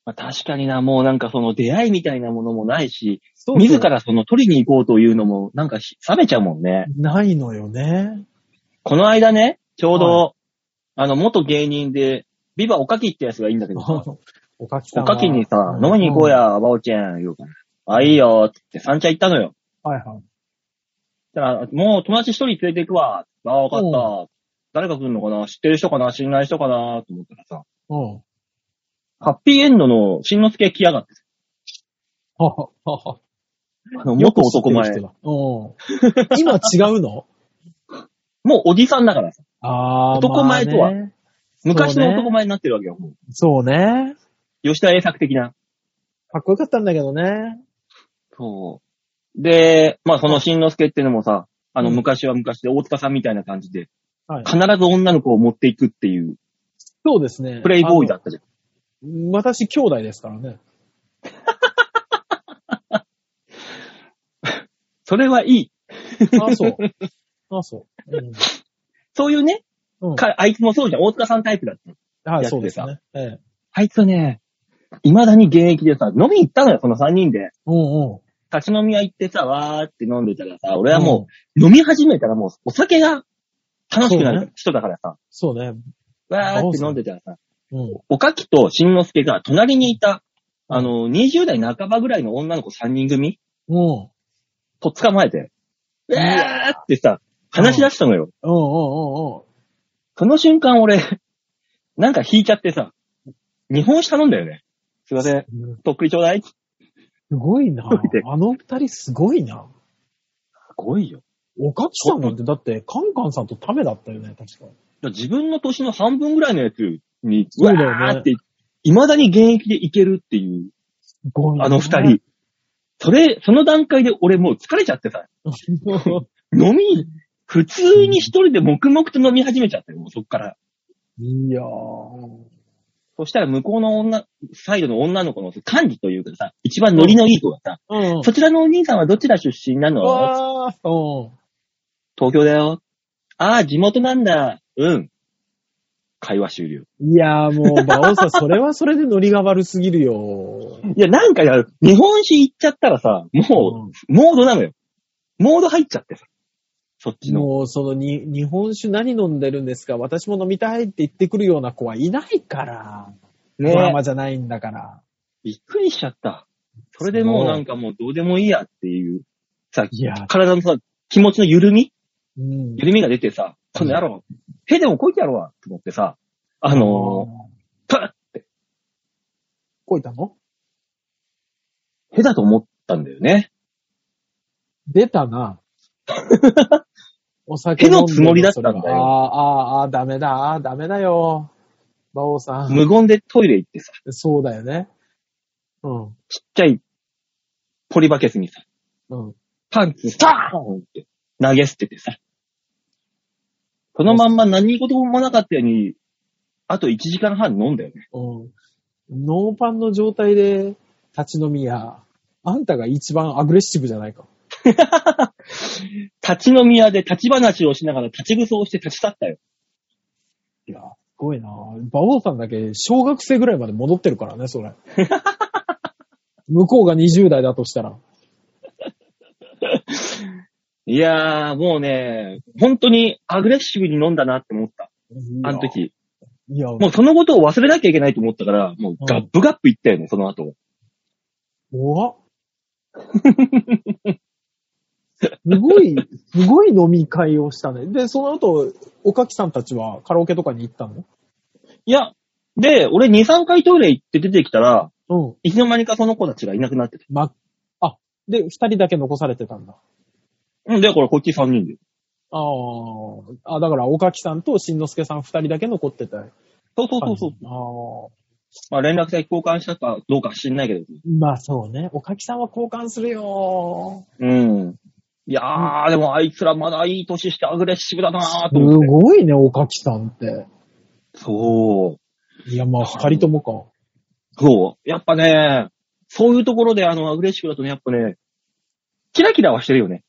Speaker 2: まあ、確かにな、もうなんかその出会いみたいなものもないし、
Speaker 3: そうそう
Speaker 2: 自ら その取りに行こうというのも、なんかし冷めちゃうもんね。
Speaker 3: ないのよね。
Speaker 2: この間ね、ちょうど、
Speaker 3: は
Speaker 2: あの、元芸人で、ビバおかきってやつがいいんだけど さ、
Speaker 3: おかきさ
Speaker 2: お
Speaker 3: んは
Speaker 2: かきにさ、飲みに行こう。や、ばおちゃん、言うから。あ、いいよ、って言って三茶行ったのよ。
Speaker 3: うんはいはい。
Speaker 2: だから、もう友達一人連れて行くわ。ああ、わかった。誰が来るのかな知ってる人かな知らない人かなと思ったらさ、
Speaker 3: うん。
Speaker 2: ハッピーエンドのしんのすけ来やがって、
Speaker 3: はははは。
Speaker 2: あの、元男前。
Speaker 3: よく知ってる人だうん。今違うの
Speaker 2: もうおじさんだからさ、
Speaker 3: あー
Speaker 2: 男前とは
Speaker 3: まあね
Speaker 2: 昔の
Speaker 3: そう
Speaker 2: 男
Speaker 3: ね。
Speaker 2: 前になってるわけよ。もう
Speaker 3: そうね。
Speaker 2: 吉田栄作的な。
Speaker 3: かっこよかったんだけどね。
Speaker 2: そう。で、まあそのしんのすけってのもさ、あの
Speaker 3: うん
Speaker 2: 昔は昔で大塚さんみたいな感じで、
Speaker 3: はい。
Speaker 2: 必ず女の子を持っていくっていう、
Speaker 3: そうですね。
Speaker 2: プレイボーイだったじゃん。
Speaker 3: あの。私、兄弟ですからね。
Speaker 2: それはいい。
Speaker 3: あ、そう。あ、そう。うん
Speaker 2: そういうね、
Speaker 3: うん。
Speaker 2: かあいつもそうじゃん。大塚さんタイプだった。
Speaker 3: はい、
Speaker 2: や
Speaker 3: そ
Speaker 2: っ
Speaker 3: うで
Speaker 2: て
Speaker 3: す
Speaker 2: た
Speaker 3: ね。ええ。
Speaker 2: あいつはね、未だに現役でさ、飲み行ったのよ、その3人で。
Speaker 3: うんうん。
Speaker 2: 立ち飲み屋行ってさ、わーって飲んでたらさ、俺はもう飲み始めたらもうお酒が楽しくな
Speaker 3: そう
Speaker 2: る人だからさ、
Speaker 3: そうね。
Speaker 2: わーって飲んでたらさ、
Speaker 3: うん。
Speaker 2: おかきとしんのすけが隣にいた、あの、20代半ばぐらいの女の子3人組
Speaker 3: うん。
Speaker 2: と捕まえて、うわーってさ、話し出したのよ。
Speaker 3: うんうんうんうん。
Speaker 2: その瞬間俺、なんか引いちゃってさ、日本酒頼んだよね。すいません、とっくりちょうだい。す
Speaker 3: すごいな
Speaker 2: 一人で。
Speaker 3: あの二人すごいな。
Speaker 2: ごいよ。
Speaker 3: おかきさんなんて、だって、カンカンさんとタメだったよね、確か。
Speaker 2: 自分の年の半分ぐらいのやつに、う
Speaker 3: そう
Speaker 2: わ
Speaker 3: だよね
Speaker 2: ーって、未だに現役でいけるっていう、
Speaker 3: すごいな
Speaker 2: あの二。 人。それ、その段階で俺もう疲れちゃってさ、飲み、普通に一人で黙々と飲み始めちゃったよ、もうそっから。
Speaker 3: いやー。
Speaker 2: そしたら向こうの女、サイドの女の子の管理というかさ、一番ノリのいい子がさ、
Speaker 3: うん
Speaker 2: そちらのお兄さんはどちら出身なの
Speaker 3: わーうん。
Speaker 2: 東京だよ。ああ、地元なんだ。うん。会話終了。
Speaker 3: いやーもう、馬王さん、それはそれでノリが悪すぎるよ。
Speaker 2: いや、なんかや、日本酒行っちゃったらさ、もう、モードなのよ。モード入っちゃってさ。そっ
Speaker 3: う
Speaker 2: ち
Speaker 3: ん
Speaker 2: の。
Speaker 3: もう、そのに、日本酒何飲んでるんですか私も飲みたいって言ってくるような子はいないから。
Speaker 2: ね
Speaker 3: ドラマじゃないんだから。
Speaker 2: びっくりしちゃった。それでもうなんかもうどうでもいいやっていう、さ、
Speaker 3: いや、
Speaker 2: 体のさ、気持ちの緩み
Speaker 3: うん。
Speaker 2: 緩みが出てさ、この野郎、へでもこいてやろうわと思ってさ、あのー、パ
Speaker 3: こいたの
Speaker 2: ッ、へだと思ったんだよね。
Speaker 3: 出たな。 お酒
Speaker 2: 手の
Speaker 3: 飲んでる
Speaker 2: つもりだったんだよ
Speaker 3: それはあーあー、あーダメだ、あーダメだよ。馬王さん。
Speaker 2: 無言でトイレ行ってさ、
Speaker 3: そうだよね。うん。
Speaker 2: ちっちゃいポリバケツにさ、
Speaker 3: うん。
Speaker 2: パンツスターンって投げ捨ててさ、そのまんま何事もなかったように、あと1時間半飲んだよね。
Speaker 3: うん。ノーパンの状態で立ち飲みや、あんたが一番アグレッシブじゃないか。
Speaker 2: 立ち飲み屋で立ち話をしながら立ちぐそをして立ち去ったよ。
Speaker 3: いや、すごいな馬王さんだけ小学生ぐらいまで戻ってるからね、それ。向こうが20代だとしたら。
Speaker 2: いやー、もうね、本当にアグレッシブに飲んだなって思った。あの時。
Speaker 3: いや。いや、
Speaker 2: もうそのことを忘れなきゃいけないと思ったから、もうガップガップいったよね、その後。
Speaker 3: 怖っ。すごい、すごい飲み会をしたね。で、その後、おかきさんたちはカラオケとかに行ったの
Speaker 2: いや、で、俺2、3回トイレ行って出てきたら、
Speaker 3: うん。
Speaker 2: いつの間にかその子たちがいなくなってて。
Speaker 3: ま、あ、で、二人だけ残されてたんだ。
Speaker 2: うん、で、これこっち3人で。
Speaker 3: ああ。あ、だから、おかきさんとしんのすけさん二人だけ残ってた。
Speaker 2: そうそうそうそう。
Speaker 3: ああ。
Speaker 2: まあ連絡先交換したかどうか知んないけど。
Speaker 3: まあそうね。おかきさんは交換するよ
Speaker 2: うん。いやー、でもあいつらまだいい年してアグレッシブだなー
Speaker 3: す
Speaker 2: と思って。
Speaker 3: ごいね、おかきさんって。
Speaker 2: そう。
Speaker 3: いや、まあ、二人ともか。
Speaker 2: そう。やっぱね、そういうところであの、アグレッシブだとね、やっぱね、キラキラはしてるよね。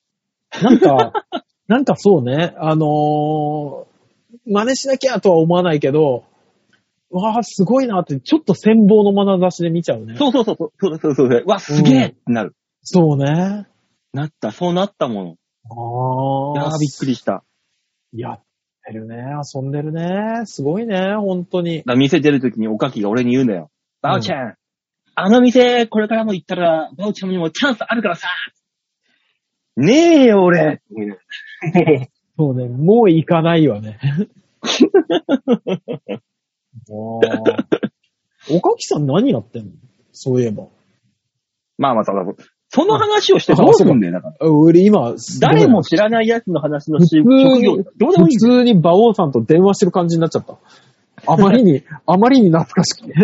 Speaker 3: なん か、なんかそうね、あのー真似しなきゃとは思わないけど、わあ、すごいなって、ちょっと羨望の眼差しで見ちゃうね。
Speaker 2: そうそうそう、そうそうそうそう。うわ、すげえってなる。
Speaker 3: そうね。
Speaker 2: なった、そうなったもの。いや
Speaker 3: ああ
Speaker 2: ー、、びっくりした。
Speaker 3: やってるね、遊んでるね。すごいね、本当に。
Speaker 2: だ店出るときにおかきが俺に言うんだよ。バオちゃん、あの店、これからも行ったら、バオちゃんにもチャンスあるからさ。ねえよ、俺。
Speaker 3: そうね、もう行かないわ ね。もうおかきさん何やってんのそういえば。
Speaker 2: まあまあ、そうだその話をしてどうするんだよ、だから。
Speaker 3: あ俺今、
Speaker 2: 誰も知らない奴の話のし
Speaker 3: 普通
Speaker 2: 職業、どうでもいい
Speaker 3: 普
Speaker 2: んだよ。
Speaker 3: 通に馬王さんと電話してる感じになっちゃった。あまり に、あまりに懐かしく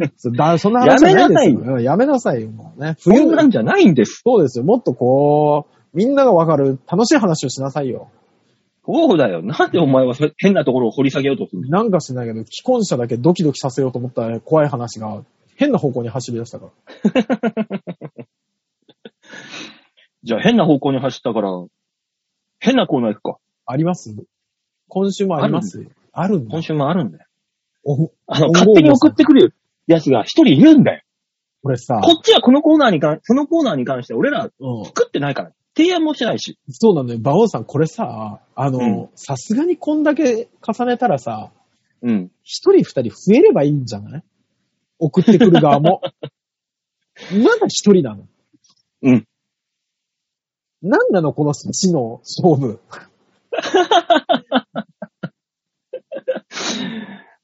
Speaker 3: て。そだそんな話じゃないですよ。やめなさいよ。もうね、
Speaker 2: そ
Speaker 3: 冬
Speaker 2: んなんじゃないんです。
Speaker 3: そうですよ。もっとこう、みんながわかる楽しい話をしなさいよ。
Speaker 2: そうだよ。なんでお前はそれ変なところを掘り下げようとするんだよ
Speaker 3: なんかしないけど、既婚者だけドキドキさせようと思ったら怖い話が変な方向に走り出したから。
Speaker 2: じゃあ変な方向に走ったから、変なコーナー行くか。
Speaker 3: あります今週もありますあるんだ
Speaker 2: 今。週もあるんだよ。
Speaker 3: お
Speaker 2: あの、勝手に送ってくる奴が一人いるんだよ。
Speaker 3: これさ、
Speaker 2: こっちはこのコーナーに関、そのコーナーに関して俺ら
Speaker 3: うん、
Speaker 2: 作ってないから。提案もしてないし。
Speaker 3: そうなのよ。馬王さん、これさ、あ
Speaker 2: う
Speaker 3: の、さすがにこんだけ重ねたらさ、
Speaker 2: うん。
Speaker 3: 一人二人増えればいいんじゃない送ってくる側も。 まだ一人なの。
Speaker 2: うん。
Speaker 3: なんなのこの知の勝負。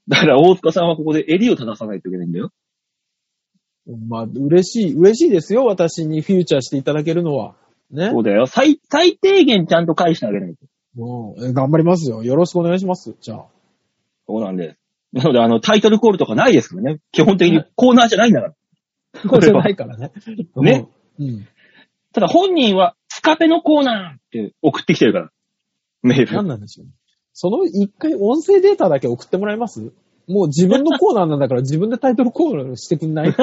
Speaker 2: だから大塚さんはここで襟を正さないといけないんだよ。
Speaker 3: まあ、嬉しい、嬉しいですよ。私にフューチャーしていただけるのは。ね。
Speaker 2: そうだよ。最、最低限ちゃんと返してあげないと。
Speaker 3: うんえ頑張りますよ。よろしくお願いします。じゃあ。
Speaker 2: そうなんです。なので、あの、タイトルコールとかないですよね。基本的にコーナーじゃないんだから。こ
Speaker 3: じ
Speaker 2: れ
Speaker 3: ゃ
Speaker 2: は
Speaker 3: ないからね。
Speaker 2: ね
Speaker 3: うん。
Speaker 2: ただ本人は、スカペのコーナーって送ってきてるから。メール。
Speaker 3: 何なんでしょう。その一回音声データだけ送ってもらえますもう自分のコーナーなんだから自分でタイトルコールしてく んないって。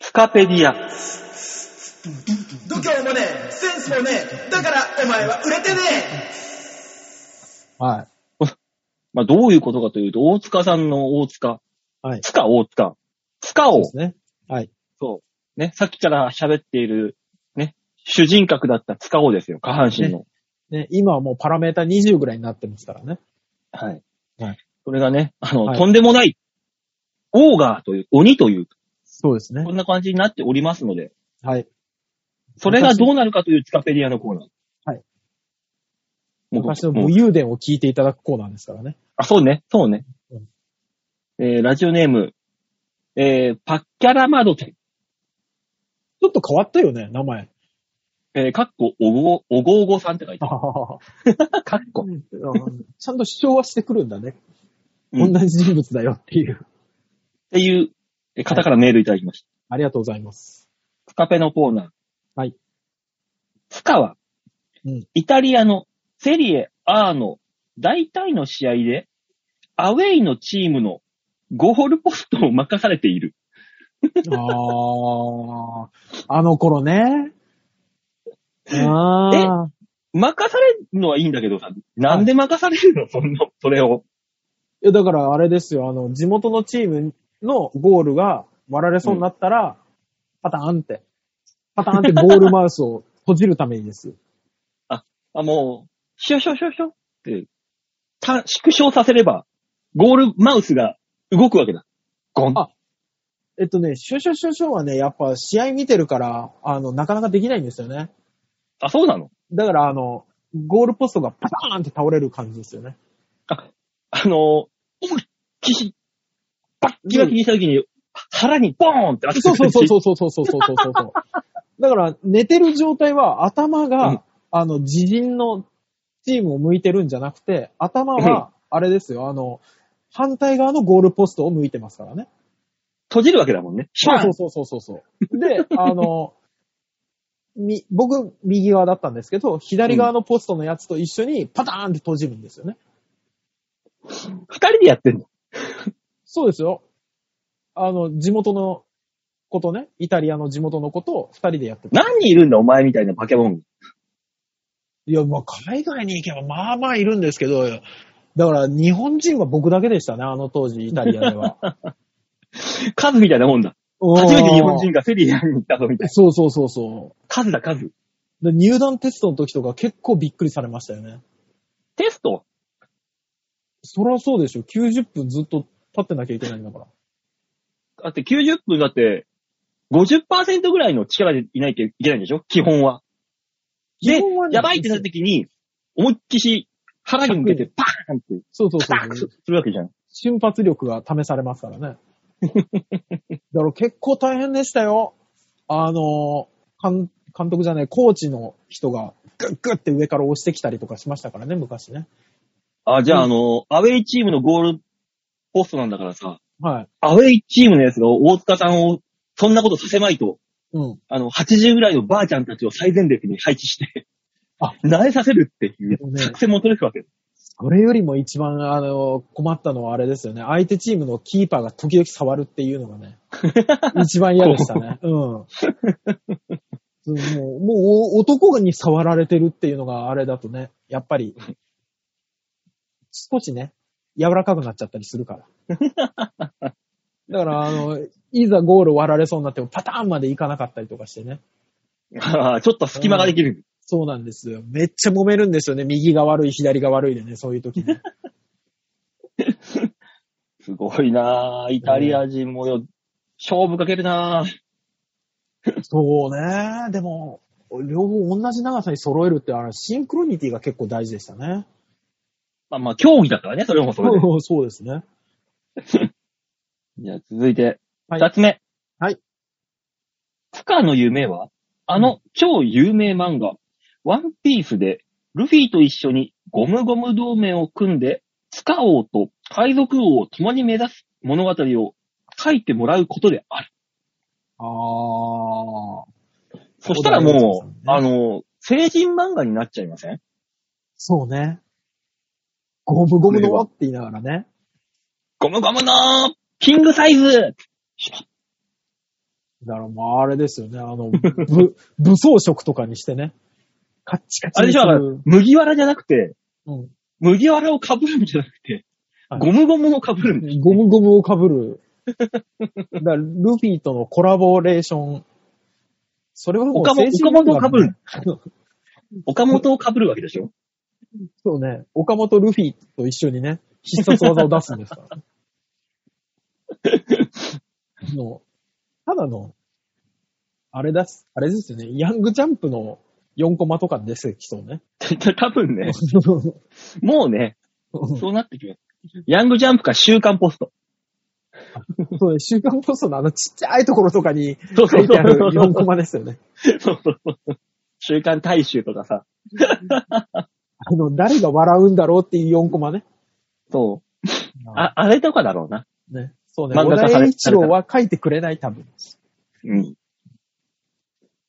Speaker 2: スカペディア。
Speaker 1: 度胸もねえセンスもねえだからお前は売れてねえ
Speaker 3: は
Speaker 2: まあ、どういうことかというと、大塚さんの大塚。
Speaker 3: はい
Speaker 2: 塚大塚。塚
Speaker 3: い。そう
Speaker 2: を
Speaker 3: で、すね。
Speaker 2: そう。ね、さっきから喋っている、ね、主人格だった塚尾ですよ、下半身の。
Speaker 3: ね、今はもうパラメータ20ぐらいになってますからね。
Speaker 2: はい。
Speaker 3: はい
Speaker 2: それがね、あの、
Speaker 3: はい
Speaker 2: とんでもない、オーガーという、鬼という、
Speaker 3: そうですね
Speaker 2: こ。んな感じになっておりますので、
Speaker 3: はい。
Speaker 2: それがどうなるかというツカペディアのコーナー。
Speaker 3: はい。
Speaker 2: もう、
Speaker 3: 昔の
Speaker 2: もう
Speaker 3: 武勇伝を聞いていただくコーナーですからね。
Speaker 2: あ、そうね、そうね
Speaker 3: うん。
Speaker 2: えー、ラジオネーム、えー、パッキャラマドテ、
Speaker 3: ちょっと変わったよね、名前。
Speaker 2: えー、かっこ、おご、おごおごさんって書いてある。かっこ。
Speaker 3: ちゃんと主張はしてくるんだね。
Speaker 2: うん
Speaker 3: 同じ人物だよっていう。
Speaker 2: っていうえー方からメールいただきました。
Speaker 3: ありがとうございます。
Speaker 2: スカペのコーナー。
Speaker 3: はい。
Speaker 2: スカは、
Speaker 3: うん
Speaker 2: イタリアのセリエ A の大体の試合で、アウェイのチームのゴールポストを任されている。
Speaker 3: ああ、あの頃ね。ああ。
Speaker 2: 任されるのはいいんだけどさ、なんで任されるの、そんな、それを。
Speaker 3: いや、だからあれですよ、あの、地元のチームのゴールが割られそうになったら、パターンって、パターンってゴールマウスを閉じるためにですよ。
Speaker 2: あ、もう、シュシュシュシュって、た縮小させれば、ゴールマウスが動くわけだ。ゴン。
Speaker 3: あえっとね、シュシュシュシュはね、やっぱ試合見てるから、あの、なかなかできないんですよね。
Speaker 2: あ、そうなの
Speaker 3: だから、あの、ゴールポストがパターンって倒れる感じですよね。
Speaker 2: あのー、思いっきし、バッキバキにした時に、腹にボーンって当て
Speaker 3: そうそうそう
Speaker 2: う。
Speaker 3: そうそうそうそうそうそうそう。だから、寝てる状態は頭が、
Speaker 2: うん
Speaker 3: あの、自陣のチームを向いてるんじゃなくて、頭は、あれですよ、あの、反対側のゴールポストを向いてますからね。
Speaker 2: 閉じるわけだもんね。
Speaker 3: そうそうそうそうそうそう。で、あの、み、僕、右側だったんですけど、左側のポストのやつと一緒にパターンって閉じるんですよね。
Speaker 2: 二人でやってんの。
Speaker 3: そうですよ。あの、地元のことね、イタリアの地元のことを二人でやってた
Speaker 2: 何人いるんだ、お前みたいなバケモン。
Speaker 3: いや、まあ、海外に行けば、まあまあいるんですけど、だから、日本人は僕だけでしたね、あの当時、イタリアでは。
Speaker 2: 数みたいなもんだ。 初めて日本人がセリアに行ったぞ、みたいな。
Speaker 3: そうそうそうそ
Speaker 2: 数だ、数。
Speaker 3: う。で入団テストの時とか結構びっくりされましたよね。
Speaker 2: テスト
Speaker 3: そりゃそうでしょ。90分ずっと立ってなきゃいけないんだから。
Speaker 2: だって90分だって、50%ぐらいの力でいないといけないんでしょ基本は。で
Speaker 3: 基本は、ね
Speaker 2: やばいってなった時に、思いっきし腹に向けてパーンって、
Speaker 3: そうそう
Speaker 2: パ
Speaker 3: そう
Speaker 2: ーン
Speaker 3: そう。
Speaker 2: するわけじゃん。
Speaker 3: 瞬発力が試されますか らね。だから結構大変でしたよ。あの、監監督じゃない、コーチの人がグッグッって上から押してきたりとかしましたからね、昔ね。
Speaker 2: あ、じゃあ、
Speaker 3: うん
Speaker 2: あの、アウェイチームのゴールポストなんだからさ、
Speaker 3: はい。
Speaker 2: アウェイチームのやつが大塚さんを、そんなことさせまいと、
Speaker 3: うん。
Speaker 2: あの、80ぐらいのばあちゃんたちを最前列に配置して、
Speaker 3: あ
Speaker 2: 慣れさせるっていう
Speaker 3: ね
Speaker 2: 作戦も取れるわけ。
Speaker 3: それよりも一番、あの、困ったのはあれですよね。相手チームのキーパーが時々触るっていうのがね、 一番嫌でしたね。うん。もう、もう男に触られてるっていうのがあれだとね、やっぱり、少しね、柔らかくなっちゃったりするから。 だから、あの、いざゴール割られそうになってもパターンまでいかなかったりとかしてね。
Speaker 2: ああちょっと隙間ができる。
Speaker 3: そうなんですよ。めっちゃ揉めるんですよね。右が悪い、左が悪いでね、そういう時ね。
Speaker 2: すごいなぁ。イタリア人もよ、勝負かけるなぁ。
Speaker 3: そうね。でも、両方同じ長さに揃えるって、あれ、シンクロニティが結構大事でしたね。
Speaker 2: まあまあ、競技だからね、それもそれで。
Speaker 3: そうそうですね。
Speaker 2: じゃあ、続いて、
Speaker 3: はい
Speaker 2: 二つ目。
Speaker 3: はい。
Speaker 2: 不可の夢は、あの超有名漫画、ワンピースで、ルフィと一緒にゴムゴム同盟を組んで、スカ王と海賊王を共に目指す物語を書いてもらうことである。
Speaker 3: ああ。
Speaker 2: そしたらもう、
Speaker 3: そうだ
Speaker 2: あ
Speaker 3: ね
Speaker 2: の、成人漫画になっちゃいません
Speaker 3: そうね。ゴムゴムのって言いながらね。
Speaker 2: ゴムゴムのーキングサイズ
Speaker 3: だからもうあれですよね。あ の、ぶ、武装色とかにしてね。カッチカチ
Speaker 2: あれ
Speaker 3: に
Speaker 2: ですしょ
Speaker 3: る。
Speaker 2: 麦わらじゃなくて、
Speaker 3: うん。
Speaker 2: 麦わらを被るんじゃなくて、
Speaker 3: はい
Speaker 2: ゴムゴムを被るんです。
Speaker 3: ゴムゴムを被る。だからルフィとのコラボレーション。それはもう
Speaker 2: 岡本
Speaker 3: 成人漫画
Speaker 2: 岡
Speaker 3: だね
Speaker 2: 本を被る岡本を被るわけでしょ
Speaker 3: そうね、岡本ルフィと一緒にね、必殺技を出すんです から、ね。もう、ただの、あれだす、あれですよね、ヤングジャンプの4コマとかに出てきそう ね。
Speaker 2: 多分ね、もうね、そうなってきます。ヤングジャンプか週刊ポスト。
Speaker 3: そうね、週刊ポストのあのちっちゃいところとかに
Speaker 2: そうそ
Speaker 3: 書
Speaker 2: う
Speaker 3: い
Speaker 2: そ
Speaker 3: てある
Speaker 2: う。
Speaker 3: 4コマですよね。
Speaker 2: そうそうそう週刊大衆とかさ、
Speaker 3: あの、誰が笑うんだろうっていう4コマね。
Speaker 2: そう。あ、あれとかだろうな。
Speaker 3: ねそうね、
Speaker 2: 漫
Speaker 3: 小
Speaker 2: 画化され
Speaker 3: 田栄一郎は書いてくれない多分。
Speaker 2: うん。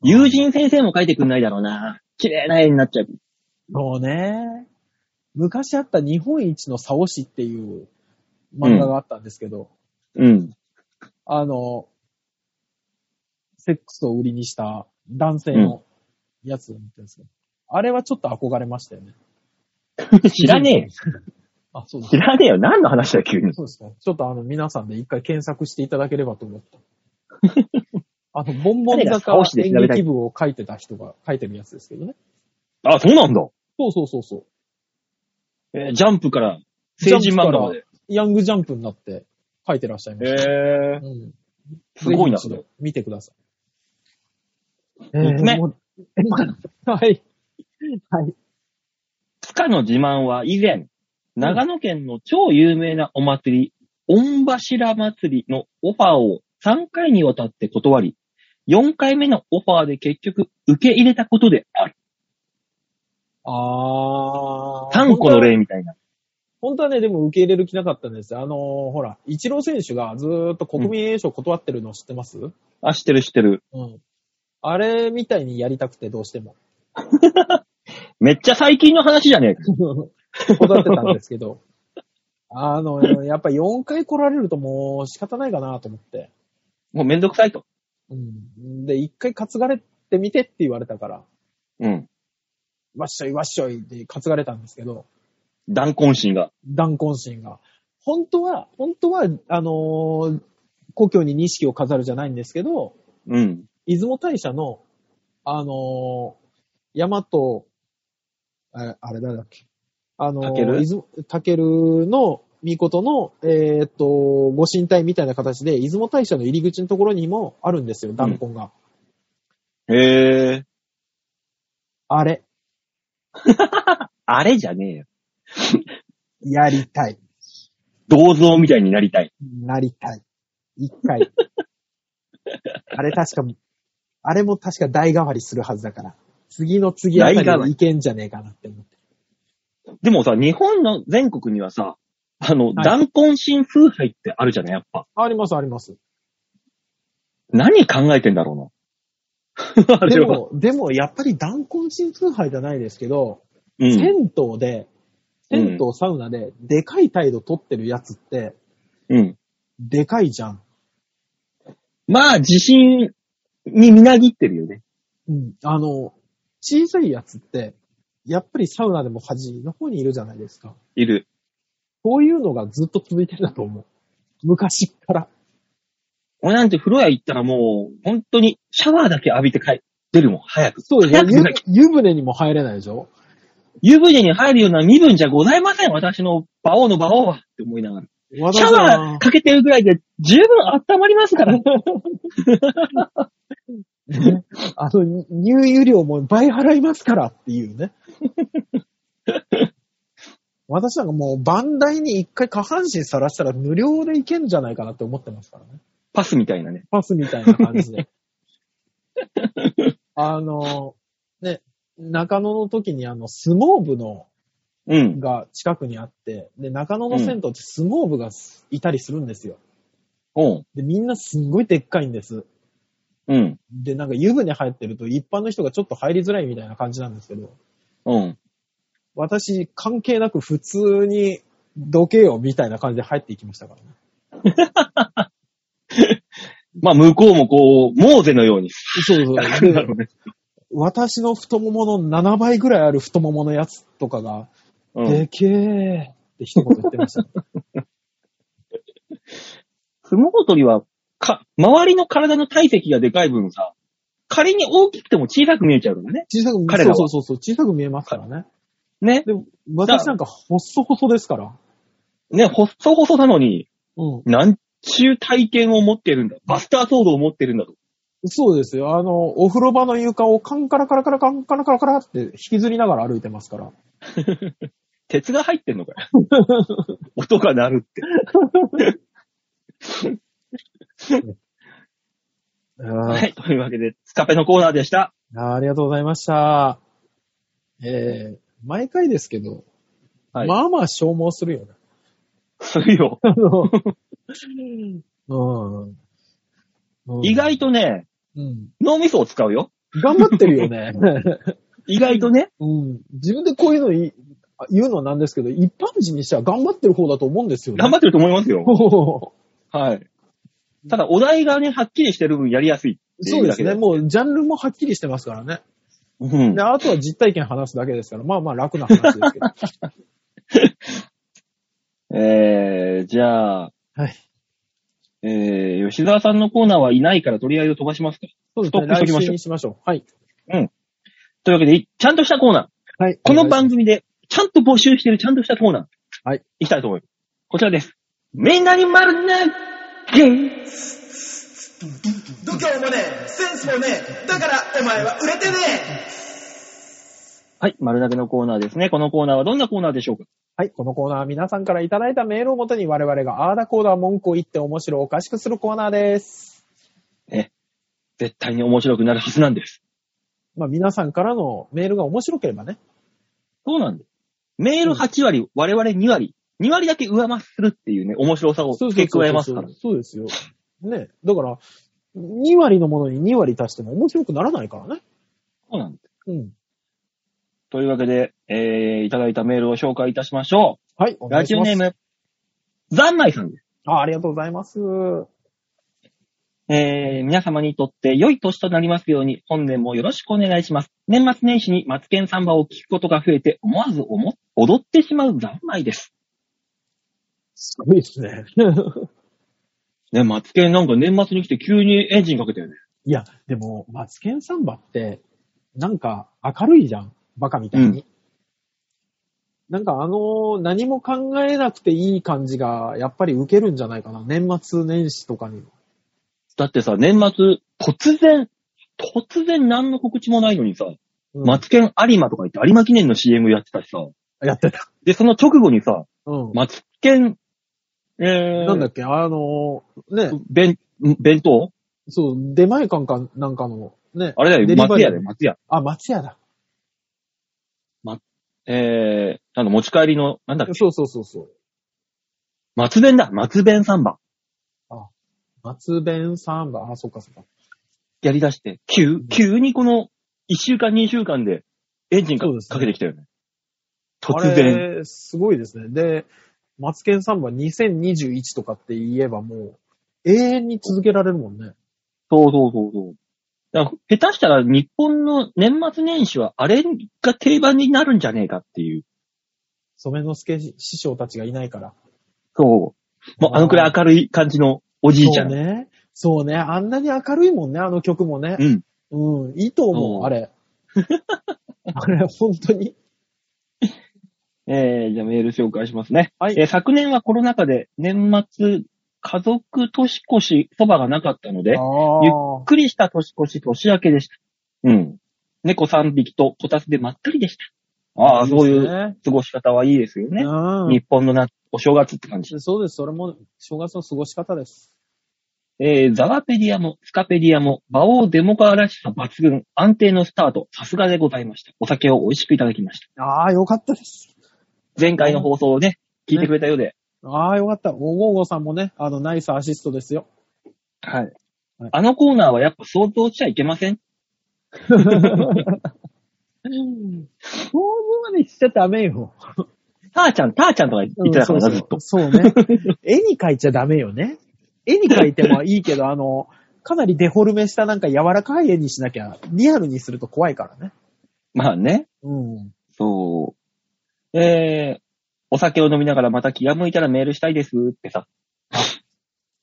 Speaker 2: 友人先生も書いてくんないだろうな。綺麗な絵になっちゃう。
Speaker 3: もうね、昔あった日本一のサオシっていう漫画があったんですけど、
Speaker 2: うん。
Speaker 3: あの、セックスを売りにした男性のやつを見てるんですけど、あれはちょっと憧れましたよね。
Speaker 2: 知らねえよ。
Speaker 3: あ、そうです
Speaker 2: 知。らねえよ。何の話だよ、急に。
Speaker 3: そうですね。ちょっとあの皆さんで一回検索していただければと 思った。あの、ボンボン
Speaker 2: 誰が
Speaker 3: 坂
Speaker 2: サオシで
Speaker 3: 演
Speaker 2: 調べたい
Speaker 3: 劇部を書いてた人が書いてるやつですけどね。
Speaker 2: あ、そうなんだ。
Speaker 3: そうそうそうそう。
Speaker 2: えージャンプから成人漫画まで。
Speaker 3: ヤングジャンプになって書いてらっしゃいました。
Speaker 2: えー
Speaker 3: うん。
Speaker 2: すごいな
Speaker 3: ぜひ一度見てください。
Speaker 2: 三つ目
Speaker 3: もうえはい。はい。
Speaker 2: つかの自慢は以前、長野県の超有名なお祭り、御柱祭りのオファーを3回にわたって断り、4回目のオファーで結局受け入れたことである。
Speaker 3: あー。
Speaker 2: 3個の例みたいな。
Speaker 3: 本当はね、でも受け入れる気なかったんですよ。あのーほら、イチロー選手がずーっと国民栄誉賞断ってるの知ってます、うん、
Speaker 2: あ、知ってる知ってる。
Speaker 3: あれみたいにやりたくてどう しても。
Speaker 2: めっちゃ最近の話じゃねえか。
Speaker 3: 断ってたんですけど。あの、やっぱ4回来られるともう仕方ないかなと思って。
Speaker 2: もうめんどくさいと。
Speaker 3: うん。で、1回担がれてみてって言われたから、
Speaker 2: うん。
Speaker 3: わっしょいわっしょいって担がれたんですけど、
Speaker 2: 断根心が。
Speaker 3: 弾魂心が。本当は、本当は、あのー故郷に錦を飾るじゃないんですけど、
Speaker 2: うん。
Speaker 3: 出雲大社の、あのー、大和、ああれ誰だっけ。あのー、
Speaker 2: タケル
Speaker 3: 出雲タケルの、御事の、えーっと、ご神体みたいな形で、出雲大社の入り口のところにもあるんですよ、弾痕が。
Speaker 2: へえ。
Speaker 3: あれ、
Speaker 2: あれじゃねえよ。
Speaker 3: やりたい。
Speaker 2: 銅像みたいになりたい。
Speaker 3: なりたい。一 回。あれ確か、あれも確か代替わりするはずだから、次の次あたり
Speaker 2: 代替わ
Speaker 3: で
Speaker 2: り
Speaker 3: いけんじゃねえかなって思って。
Speaker 2: でもさ、日本の全国にはさ、あの、
Speaker 3: はい
Speaker 2: 断根心崇拝ってあるじゃないやっぱ。
Speaker 3: あります、あります。
Speaker 2: 何考えてんだろう な。あ
Speaker 3: で
Speaker 2: れは。
Speaker 3: も、でもやっぱり断根新崇拝じゃないですけど、
Speaker 2: うん。
Speaker 3: 銭湯で、
Speaker 2: うん
Speaker 3: 銭湯サウナで、でかい態度取ってるやつって、
Speaker 2: うん。
Speaker 3: でかいじゃん。
Speaker 2: まあ、自信にみなぎってるよね。
Speaker 3: うん。あの、小さいやつって、やっぱりサウナでも端の方にいるじゃないですか。
Speaker 2: いる。
Speaker 3: そういうのがずっと続いてるんだと思う。昔っから。
Speaker 2: 俺なんて風呂屋行ったらもう、本当にシャワーだけ浴びて帰出るもん、早く。
Speaker 3: そうです
Speaker 2: 早く出
Speaker 3: ね
Speaker 2: なきゃ。
Speaker 3: 湯湯船にも入れないでしょ
Speaker 2: 湯船に入るような身分じゃございません、私の馬王の馬王は。って思いながら。シャワーかけてるぐらいで十分温まりますから。
Speaker 3: ねあの、入湯料も倍払いますからってい うね。私なんかもう、バンダイに一回下半身さらしたら無料でいけんじゃないかなって思ってますからね。
Speaker 2: パスみたいなね。
Speaker 3: パスみたいな感 じで。あの、ね、中野の時にあの、相撲部の、
Speaker 2: うん。
Speaker 3: が近くにあって、で、中野の銭湯って相撲部がいたりするんですよ。
Speaker 2: うん。
Speaker 3: で、みんなすんごいでっかいんです。
Speaker 2: うん。
Speaker 3: で、なんか湯船入ってると一般の人がちょっと入りづらいみたいな感じなんですけど、
Speaker 2: うん。
Speaker 3: 私関係なく普通にどけよみたいな感じで入っていきましたからね。
Speaker 2: まあ、向こうもこう、モーゼのように。
Speaker 3: そ うそう。
Speaker 2: なるほどね
Speaker 3: 私の太ももの7倍ぐらいある太もものやつとかが、
Speaker 2: うん
Speaker 3: でけーって一言言ってま した、ね。
Speaker 2: 相撲取りは、か、周りの体の体積がでかい分さ、仮に大きくても小さく見えちゃうからね。
Speaker 3: 小さく
Speaker 2: 彼らは
Speaker 3: そうそうそうそう、小さく見えますからね。
Speaker 2: ね。
Speaker 3: で、私なんか細々ですから。
Speaker 2: ね、細々なのに、
Speaker 3: うん。
Speaker 2: なんちゅう体験を持ってるんだ。バスターソードを持ってるんだと。
Speaker 3: そうですよ。あの、お風呂場の床をカンカラカラカラカンカラカラカラって引きずりながら歩いてますから。
Speaker 2: 鉄が入ってんのかよ。 音が鳴るって。はい。というわけで、スカペのコーナーでした。
Speaker 3: あーありがとうございました。えー、毎回ですけど、
Speaker 2: はい
Speaker 3: まあまあ消耗するよね。
Speaker 2: するよ。
Speaker 3: あの、うんうん
Speaker 2: 意外とね、
Speaker 3: うん。
Speaker 2: 脳みそを使うよ。
Speaker 3: 頑張ってる よね。
Speaker 2: 意外とね。
Speaker 3: うん。自分でこういうのい言うのはなんですけど、一般人にしては頑張ってる方だと思うんですよね。
Speaker 2: 頑張ってると思い ますよ。
Speaker 3: 張
Speaker 2: はい。ただ、お題がね、はっきりしてる分やりやすいってい
Speaker 3: そう
Speaker 2: う
Speaker 3: で
Speaker 2: だ
Speaker 3: す
Speaker 2: けで。
Speaker 3: ね。もうジャンルもはっきりしてますからね。
Speaker 2: うん
Speaker 3: で、。あとは実体験話すだけですから、まあまあ楽な話です けど。
Speaker 2: えー、じゃあ、
Speaker 3: はい。
Speaker 2: えー、吉沢さんのコーナーはいないからとりあえず飛ばしますか。
Speaker 3: そうで
Speaker 2: ス
Speaker 3: す
Speaker 2: ト
Speaker 3: ね。
Speaker 2: ップしときましょ
Speaker 3: 来
Speaker 2: う
Speaker 3: 週にしましょう。はい。
Speaker 2: というわけで、いちゃんとしたコーナー。
Speaker 3: はい。
Speaker 2: この番組で、ちゃんと募集してるちゃんとしたコーナー。
Speaker 3: はい。
Speaker 2: いきたいと思います。こちらです。みんなに丸投げ
Speaker 1: 度胸もねえ、センスもねえ、だからお前は売れてね
Speaker 2: はい、丸投げのコーナーですね。このコーナーはどんなコーナーでしょうか
Speaker 3: はい、このコーナーは皆さんからいただいたメールをもとに我々があーだこーだ文句を言って面白おかしくするコーナーです。
Speaker 2: 絶対に面白くなるはずなんです。
Speaker 3: まあ皆さんからのメールが面白ければね。
Speaker 2: そうなんです。メール8割、我々2割、2割だけ上回するっていうね、面白さを
Speaker 3: そうそうそうそ
Speaker 2: 付
Speaker 3: う
Speaker 2: け加えますから。
Speaker 3: そうですよ。ね。だから、2割のものに2割足しても面白くならないからね。
Speaker 2: そうなんです。
Speaker 3: うん。
Speaker 2: というわけで、えー、いただいたメールを紹介いたしましょ
Speaker 3: はい、お
Speaker 2: う。
Speaker 3: 願
Speaker 2: ラ
Speaker 3: いし
Speaker 2: ジオ
Speaker 3: ます。
Speaker 2: ネーム、ザンマイさんです。
Speaker 3: あ。ありがとうございます。は
Speaker 2: えー、皆様にとって良い年となりますように、本年もよろしくお願いします。年末年始にマツケンサンバを聞くことが増えて、思わずおも踊ってしまうザンマイです。
Speaker 3: すごいですね。
Speaker 2: ね、マツケンなんか年末に来て急にエンジンかけたよね。
Speaker 3: いや、でも、マツケンサンバって、なんか明るいじゃん。バカみたいに。
Speaker 2: うん
Speaker 3: なんかあの、何も考えなくていい感じが、やっぱり受けるんじゃないかな。年末年始とかに。
Speaker 2: だってさ、年末、突然、突然何の告知もないのにさ、
Speaker 3: うん
Speaker 2: マツケン有馬とか言って有馬記念の CM やってたしさ、
Speaker 3: やってた。
Speaker 2: で、その直後にさ、
Speaker 3: うん。
Speaker 2: マツケン、えー、
Speaker 3: なんだっけ、あの、ね、
Speaker 2: 弁、弁当
Speaker 3: そう、出前館かなんかの、ね、
Speaker 2: あれだ
Speaker 3: デ
Speaker 2: よ、
Speaker 3: リバ
Speaker 2: 松
Speaker 3: リー
Speaker 2: 屋だよ、松屋。
Speaker 3: あ、松屋だ。
Speaker 2: えー、なんだ、持ち帰りの、なんだっけ、
Speaker 3: そうそうそうそう。
Speaker 2: 松弁だ、松弁サンバ。
Speaker 3: 松弁サンバ、あ、そっかそっか。
Speaker 2: やり出して、急
Speaker 3: ん、
Speaker 2: 急にこの、1週間、2週間で、エンジンか,、
Speaker 3: そうですね
Speaker 2: かけてきたよね。
Speaker 3: あ
Speaker 2: 突然。
Speaker 3: れ、すごいですね。で、マツケンサンバ2021とかって言えばもう、永遠に続けられるもんね。
Speaker 2: そうそうそうそう。だから下手したら日本の年末年始はあれが定番になるんじゃねえかっていう。
Speaker 3: 染之助師匠たちがいないから。
Speaker 2: そう。もうあのくらい明るい感じのおじいちゃん。
Speaker 3: そうね。そうね。あんなに明るいもんね、あの曲もね。
Speaker 2: うん。
Speaker 3: うん、いいと思
Speaker 2: う
Speaker 3: う、
Speaker 2: ん
Speaker 3: あれ。 あれ、本当に。
Speaker 2: えー、じゃあメール紹介しますね。
Speaker 3: はい
Speaker 2: えー昨年はコロナ禍で年末家族年越しそばがなかったので、ゆっ
Speaker 3: あ
Speaker 2: くりした年越し年明けでした。うん。猫3匹とこたつでまったりでした。ああ、そうい
Speaker 3: で
Speaker 2: う
Speaker 3: すね。
Speaker 2: 過ごし方はいいですよね。
Speaker 3: う
Speaker 2: 日本の夏、お正月って感じ。
Speaker 3: ん。そうです。それも正月の過ごし方です。
Speaker 2: えー、ザワペディアもスカペディアも、馬王デモカーらしさ抜群、安定のスタート、さすがでございました。お酒を美味しくいただきました。
Speaker 3: ああ、よかったです。
Speaker 2: 前回の放送をね、聞いてくれたようで、
Speaker 3: ああ、よかった。おごおごさんもね、あの、ナイスアシストですよ。
Speaker 2: はい
Speaker 3: はい。
Speaker 2: あのコーナーはやっぱ想像しちゃいけません
Speaker 3: 当分までしちゃダメよ。
Speaker 2: ターちゃん、ターちゃんとか言ってたからな、ずっと。
Speaker 3: そうね。絵に描いちゃダメよね。 絵に描いてもいいけど、あの、かなりデフォルメしたなんか柔らかい絵にしなきゃ、リアルにすると怖いからね。
Speaker 2: まあね。
Speaker 3: うん。
Speaker 2: そう。えー、お酒を飲みながらまた気が向いたらメールしたいですってさ。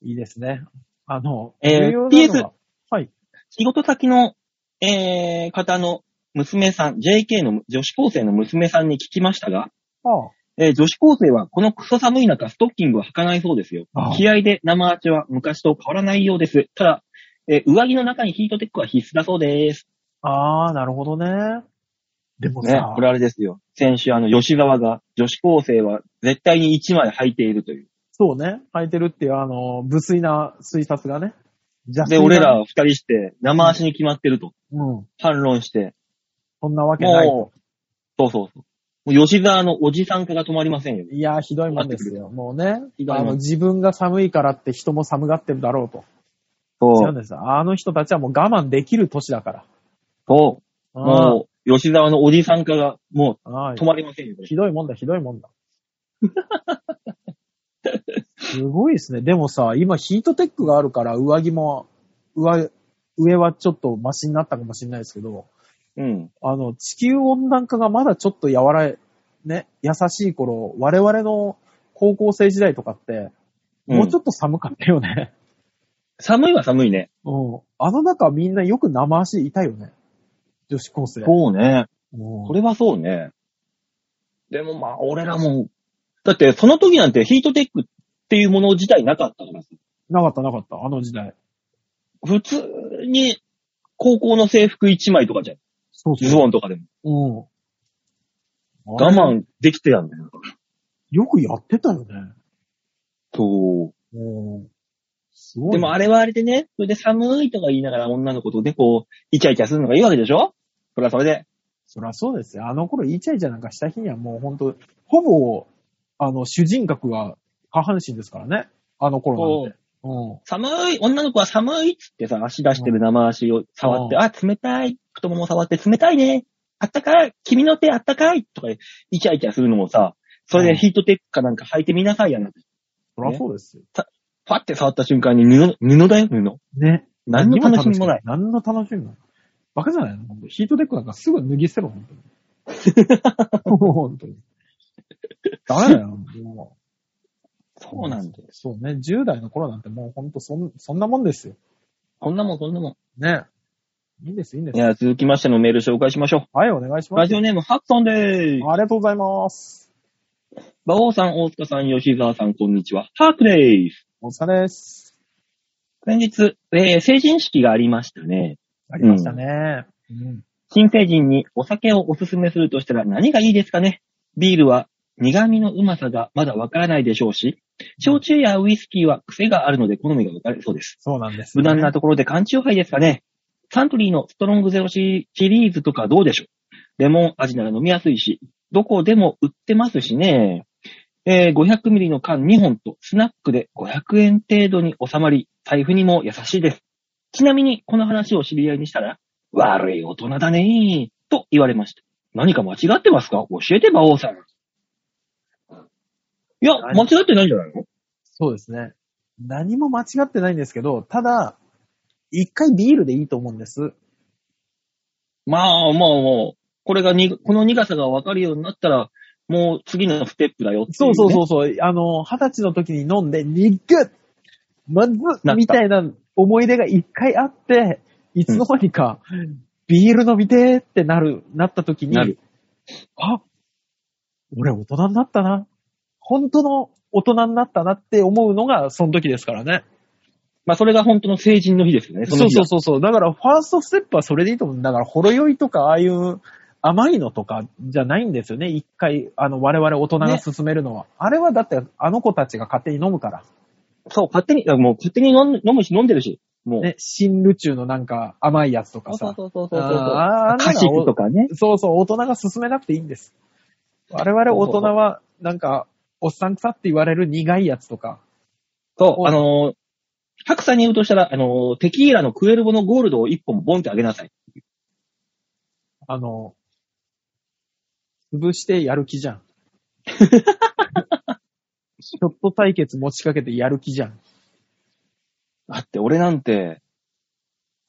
Speaker 3: いいですね。あの、
Speaker 2: えー
Speaker 3: 重要なのははい。
Speaker 2: 仕事先の、えー、方の娘さん、JK の女子高生の娘さんに聞きましたが、
Speaker 3: あ
Speaker 2: えー女子高生はこのクソ寒い中、ストッキングは履かないそうですよ。
Speaker 3: ああ
Speaker 2: 気合で生アチは昔と変わらないようです。ただ、えー上着の中にヒートテックは必須だそうです。
Speaker 3: ああー、なるほどね。でも
Speaker 2: ね
Speaker 3: さ、、
Speaker 2: これあれですよ。先週、あの、吉沢が、女子高生は絶対に1枚履いているという。
Speaker 3: そうね。履いてるっていう、あの、無粋な推察がね。邪
Speaker 2: で、
Speaker 3: 推がね
Speaker 2: 俺ら、二人して、生足に決まってると、
Speaker 3: うん。
Speaker 2: 反論して、
Speaker 3: そんなわけないと
Speaker 2: も。う、そうそうそう。もう吉沢のおじさん化が止まりませんよ。
Speaker 3: いやー、ひどいもんですよ。もうね。
Speaker 2: ひどい
Speaker 3: あ
Speaker 2: もん
Speaker 3: の、自分が寒いからって人も寒がってるだろうと。違
Speaker 2: そ
Speaker 3: うん。ですよ。あの人たちはもう我慢できる年だから。
Speaker 2: そ
Speaker 3: あ
Speaker 2: う。
Speaker 3: ー
Speaker 2: もう、吉沢のおじさん化が、も
Speaker 3: あ
Speaker 2: う、
Speaker 3: ー
Speaker 2: 止まりませんよ。
Speaker 3: ひどいもんだ、ひどいも んだ。すごいですね。でもさ、今ヒートテックがあるから、上着も、上、上はちょっとマシになったかもしれないですけど、
Speaker 2: うん。
Speaker 3: あの、地球温暖化がまだちょっと和らい、ね、優しい頃、我々の高校生時代とかって、もうちょっと寒かったよね。
Speaker 2: 寒いは寒いね。
Speaker 3: うん。あの中みんなよく生足いたよね。女子高生。
Speaker 2: そうね。
Speaker 3: うん
Speaker 2: それはそうね。でもまあ、俺らも、だってその時なんてヒートテックっていうもの自体なかったからさ。
Speaker 3: なかったなかった、あの時代。
Speaker 2: 普通に、高校の制服1枚とかじゃん。
Speaker 3: そう
Speaker 2: ズボンとかでも。
Speaker 3: そう。うん。
Speaker 2: 我。慢できてたんだよ。
Speaker 3: よくやってたよね。
Speaker 2: そう。
Speaker 3: うん。すごい。
Speaker 2: でもあれはあれでね、それで寒いとか言いながら女の子とね、こう、イチャイチャするのがいいわけでしょそれはそれで。
Speaker 3: そりゃそうですよ。あの頃イチャイチャなんかした日にはもうほんと、ほぼ、あの、主人格が下半身ですからね。あの頃なんて。うん。
Speaker 2: 寒い、女の子は寒いっつってさ、足出してる生足を触って、
Speaker 3: う
Speaker 2: あ、冷たい。太もも触って冷たいね。あったかい。君の手あったかい。とか、イチャイチャするのもさ、それ
Speaker 3: うん
Speaker 2: でヒートテックかなんか履いてみなさいやな。
Speaker 3: そりゃそうですよ。
Speaker 2: パって触った瞬間に布、布だよ、布。
Speaker 3: ね。
Speaker 2: 何の楽しみもない。
Speaker 3: 何の楽しみもない。バカじゃないのほんとヒートテックなんかすぐ脱ぎ捨てろ、ほんとに。 ほんとに。ダメだよ、も
Speaker 2: そうなんだよ
Speaker 3: う。。そうね。10代の頃なんてもうほんとそん、そんなもんですよ。
Speaker 2: こんなもん、こんなも
Speaker 3: ね。いいんです、いいんで
Speaker 2: ん。い
Speaker 3: す。
Speaker 2: や、続きましてのメール紹介しましょ
Speaker 3: はい、お願いし
Speaker 2: う。
Speaker 3: ま
Speaker 2: ラ
Speaker 3: す。
Speaker 2: ジオネーム、ハクソンでーす。
Speaker 3: ありがとうございます。
Speaker 2: 馬王さん、大塚さん、吉沢さん、こんにちは。ハークでーす。
Speaker 3: お疲れです。
Speaker 2: 先日、えー成人式がありましたね。
Speaker 3: ありましたね。うん。
Speaker 2: 新成人にお酒をおすすめするとしたら何がいいですかねビールは苦味のうまさがまだわからないでしょうし、焼酎やウイスキーは癖があるので好みが分かれそうです。
Speaker 3: そうなんです、
Speaker 2: 無難なところで缶チューハイですかねサントリーのストロングゼロシリーズとかどうでしょうレモン味なら飲みやすいし、どこでも売ってますしね。えー500ミリの缶2本とスナックで500円程度に収まり、財布にも優しいです。ちなみに、この話を知り合いにしたら、悪い大人だねー、と言われました。何か間違ってますか教えて、馬王さん。いや、間違ってないんじゃないの
Speaker 3: そうですね。何も間違ってないんですけど、ただ、一回ビールでいいと思うんです。
Speaker 2: まあ、もうもう、これがに、この苦さがわかるようになったら、もう次のステップだよっていう
Speaker 3: そ
Speaker 2: ね、
Speaker 3: うそうそうそう。あの、二十歳の時に飲んで、にっぐまず
Speaker 2: た
Speaker 3: みたいな思い出が一回あって、いつの間にか、ビール飲みてーってなる、なった時に
Speaker 2: なる、
Speaker 3: あ、俺大人になったな。本当の大人になったなって思うのがその時ですからね。
Speaker 2: まあ、それが本当の成人の日ですよね。
Speaker 3: そうそう
Speaker 2: う。
Speaker 3: そうそう。だから、ファーストステップはそれでいいと思う。だから、ほろ酔いとか、ああいう甘いのとかじゃないんですよね。一回、あの、我々大人が勧めるのは。あれはだって、あの子たちが勝手に飲むから。
Speaker 2: そう、勝手に、いやもう勝手に飲ん飲むし、飲んでるし。もう。
Speaker 3: ね、新ルチューのなんか甘いやつとか
Speaker 2: そう
Speaker 3: さ。
Speaker 2: そうそうそうそう。
Speaker 3: あーあんなの
Speaker 2: カシクとかね。
Speaker 3: そうそう、大人が勧めなくていいんです。我々大人は、なんか、おっさん臭って言われる苦いやつとか。
Speaker 2: そう、あのー、白さんに言うとしたら、あのー、テキーラのクエルボのゴールドを一本ボンってあげなさい。
Speaker 3: あの、潰してやる 気じゃん。ショット対決持ちかけてやる気じゃん。
Speaker 2: だって、俺なんて、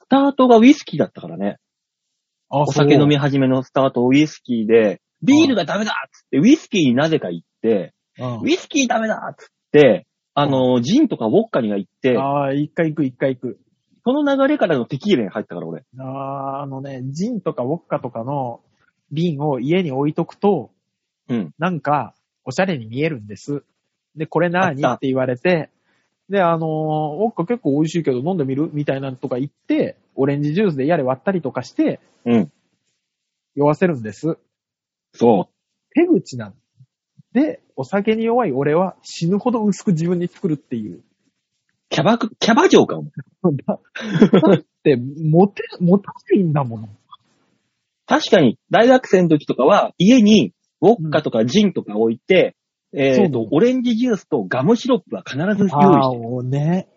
Speaker 2: スタートがウイスキーだったからね。
Speaker 3: あ
Speaker 2: お酒飲み始めのスタートウイスキーで、ビールがダメだっつって、ウイスキーになぜか行って、
Speaker 3: そう
Speaker 2: ウイスキーダメだっつって、あのー、ジンとかウォッカにが行って
Speaker 3: うん、ああ、一回行く、一回行く。
Speaker 2: その流れからのテキーラに入ったから、俺。
Speaker 3: ああ、あのね、ジンとかウォッカとかの瓶を家に置いとくと、
Speaker 2: うん。
Speaker 3: なんか、おしゃれに見えるんです。で、これ何
Speaker 2: あった
Speaker 3: って言われて、で、あのーウォッカ結構美味しいけど飲んでみるみたいなのとか言って、オレンジジュースでやれ割ったりとかして、
Speaker 2: うん。
Speaker 3: 酔わせるんです。
Speaker 2: そ
Speaker 3: 手口なの。で、お酒に弱い俺は死ぬほど薄く自分に作るっ ていう。
Speaker 2: う。キャバク、キャバ嬢か、お前
Speaker 3: だだって、モテ、モたないんだもの。
Speaker 2: 確かに、大学生の時とかは、家に、ウォッカとかジンとか置いて、えっ、
Speaker 3: そう
Speaker 2: と、オレンジジュースとガムシロップは必ず用意
Speaker 3: あ
Speaker 2: し
Speaker 3: あ、
Speaker 2: てる
Speaker 3: おね。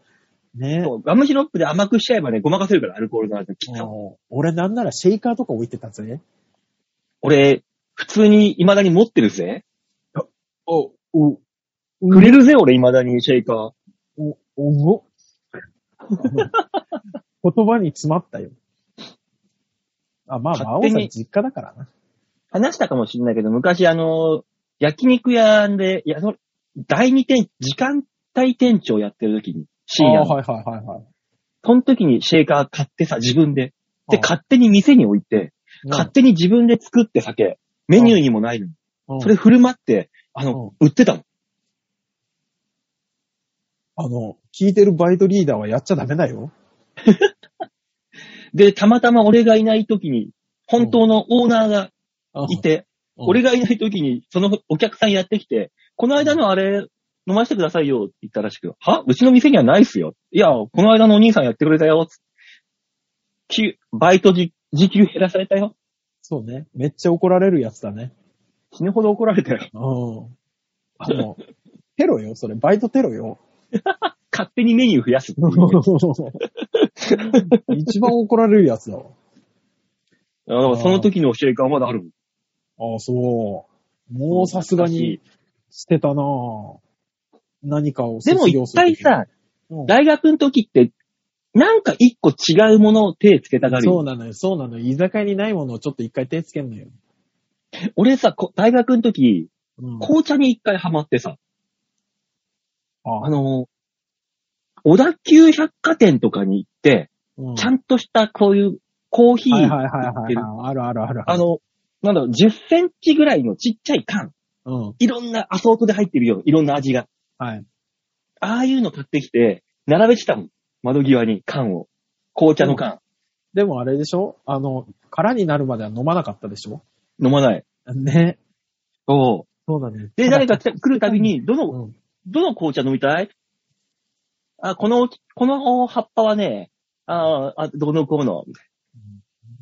Speaker 3: ね
Speaker 2: そう。ガムシロップで甘くしちゃえばね、ごまかせるから、アルコールの味がきっと。
Speaker 3: もう俺なんならシェイカーとか置いてたぜ。
Speaker 2: 俺、普通に未だに持ってるぜ。
Speaker 3: お、お、
Speaker 2: くれるぜ、俺未だにシェイカー。
Speaker 3: お、おご。 言葉に詰まったよ。あ、まあ、魔
Speaker 2: 勝
Speaker 3: 王
Speaker 2: 手に
Speaker 3: さん実家だからな。
Speaker 2: 話したかもしれないけど、昔あの、焼肉屋で、いや、そ第二店、時間帯店長やってる時に、深夜
Speaker 3: あ
Speaker 2: の
Speaker 3: ーはいはいはいはい。
Speaker 2: その時にシェイカー買ってさ、自分で。で、
Speaker 3: うん
Speaker 2: 勝手に店に置いて、勝手に自分で作って酒、メニューにもないのに、
Speaker 3: うん
Speaker 2: それ振る舞って、あの、売ってたの。
Speaker 3: あの、聞いてるバイトリーダーはやっちゃダメだよ。
Speaker 2: で、たまたま俺がいない時に、本当のオーナーがいて、俺
Speaker 3: が、
Speaker 2: がいない時に、そのお客さんやってきて、この間のあれ、飲ませてくださいよって言ったらしく、はうちの店にはないっすよ。いや、この間のお兄さんやってくれたよ。きバイト時時給減らされたよ。
Speaker 3: そうね。めっちゃ怒られるやつだね。
Speaker 2: 死ぬほど怒られたよ。
Speaker 3: うん。あ の、テロよ、それ。バイトテロよ。
Speaker 2: 勝手にメニュー増やすっていうね、
Speaker 3: 一番怒られるやつだわ。
Speaker 2: あのその時の教えがまだある。
Speaker 3: ああ、そう。もうさすがに。捨てたなぁ。何かを
Speaker 2: でも
Speaker 3: 卒業
Speaker 2: 一
Speaker 3: する
Speaker 2: 回
Speaker 3: 時に、
Speaker 2: さ、
Speaker 3: うん
Speaker 2: 大学の時って、なんか一個違うものを手つけたがるよ
Speaker 3: そうなのよ、そうなのよ。居酒屋にないものをちょっと一回手つけんのよ。
Speaker 2: 俺さ、こ大学の時、
Speaker 3: うん、
Speaker 2: 紅茶に一回ハマってさ、
Speaker 3: あ
Speaker 2: あの、小田急百貨店とかに行って、
Speaker 3: うん
Speaker 2: ちゃんとしたこういうコーヒー、
Speaker 3: はいはいはい
Speaker 2: 売っ
Speaker 3: は
Speaker 2: て
Speaker 3: い
Speaker 2: る
Speaker 3: はい。あるあるある。
Speaker 2: あの、なんだろう、10センチぐらいのちっちゃい缶、
Speaker 3: うん。
Speaker 2: いろんなアソートで入ってるよ、いろんな味が。
Speaker 3: はい。
Speaker 2: ああいうの買ってきて、並べてたもん。窓際に缶を。紅茶の缶。
Speaker 3: でもあれでしょあの、空になるまでは飲まなかったでしょ
Speaker 2: 飲まない。
Speaker 3: ね。
Speaker 2: そ
Speaker 3: そうだね。
Speaker 2: う。で、誰か来た来るたび に、どの、
Speaker 3: うん。
Speaker 2: どの紅茶飲みたいあ、この、この葉っぱはね、ああ、どうのこうの。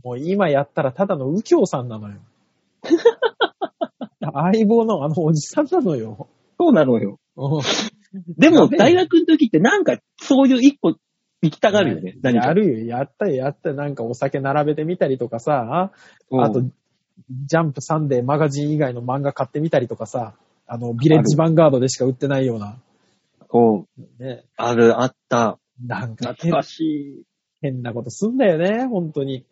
Speaker 3: もう今やったらただの右京さんなのよ。 相棒のあのおじさんなのよ。
Speaker 2: そうなのよ。
Speaker 3: うん
Speaker 2: でも、
Speaker 3: ダメだ
Speaker 2: 大
Speaker 3: よ
Speaker 2: 学の時ってなんか、そういう一個行きたがるよね。何
Speaker 3: や
Speaker 2: か。
Speaker 3: るよ。やったよ、やったよ。なんかお酒並べてみたりとかさ、
Speaker 2: うん
Speaker 3: あと、ジャンプサンデーマガジン以外の漫画買ってみたりとかさ、あの、ビレッジヴァンガードでしか売ってないような。
Speaker 2: こう、
Speaker 3: ね。
Speaker 2: ある、あった。
Speaker 3: なんか
Speaker 2: 懐
Speaker 3: 変
Speaker 2: かしい。
Speaker 3: 変なことすんだよね、本当に。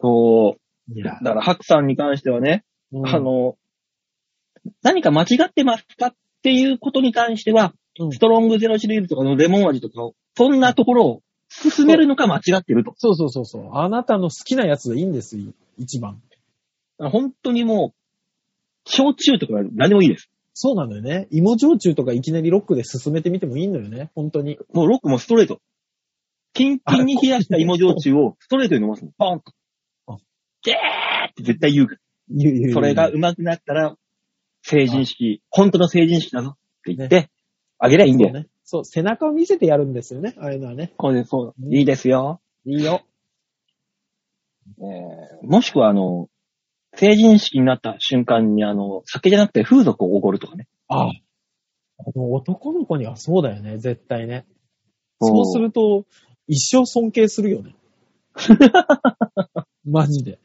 Speaker 2: そう。
Speaker 3: い
Speaker 2: だ
Speaker 3: や
Speaker 2: から、白さんに関してはね、
Speaker 3: うん
Speaker 2: あの、何か間違ってますかっていうことに関しては、
Speaker 3: うん
Speaker 2: ストロングゼロシリーズとかのレモン味とかを、そんなところを進めるのか間違ってると。
Speaker 3: そうそうそうそう。あなたの好きなやつでいいんです、一番。
Speaker 2: 本当にもう、焼酎とか何でもいいです。
Speaker 3: そうなのよね。芋焼酎とかいきなりロックで進めてみてもいいのよね、本当に。
Speaker 2: もうロックもストレート。キンキンに冷やした芋焼酎をストレートに飲ますの。ポンと
Speaker 3: あ。
Speaker 2: ゲーって絶対言うか
Speaker 3: ゆうゆうゆ
Speaker 2: ら。
Speaker 3: う
Speaker 2: それが上手くなったら、成人式、本当の成人式だぞって言って、あげりゃいいんだよ
Speaker 3: そう
Speaker 2: ね。
Speaker 3: ね。そう、背中を見せてやるんですよね、ああいうのはね。
Speaker 2: これでそう。いいですよ。
Speaker 3: いいよ。
Speaker 2: えーもしくは、あの、成人式になった瞬間に、あの、酒じゃなくて風俗をおごるとかね。
Speaker 3: ああ。この男の子にはそうだよね、絶対ね。
Speaker 2: おう
Speaker 3: そうすると、一生尊敬する よね。マジで。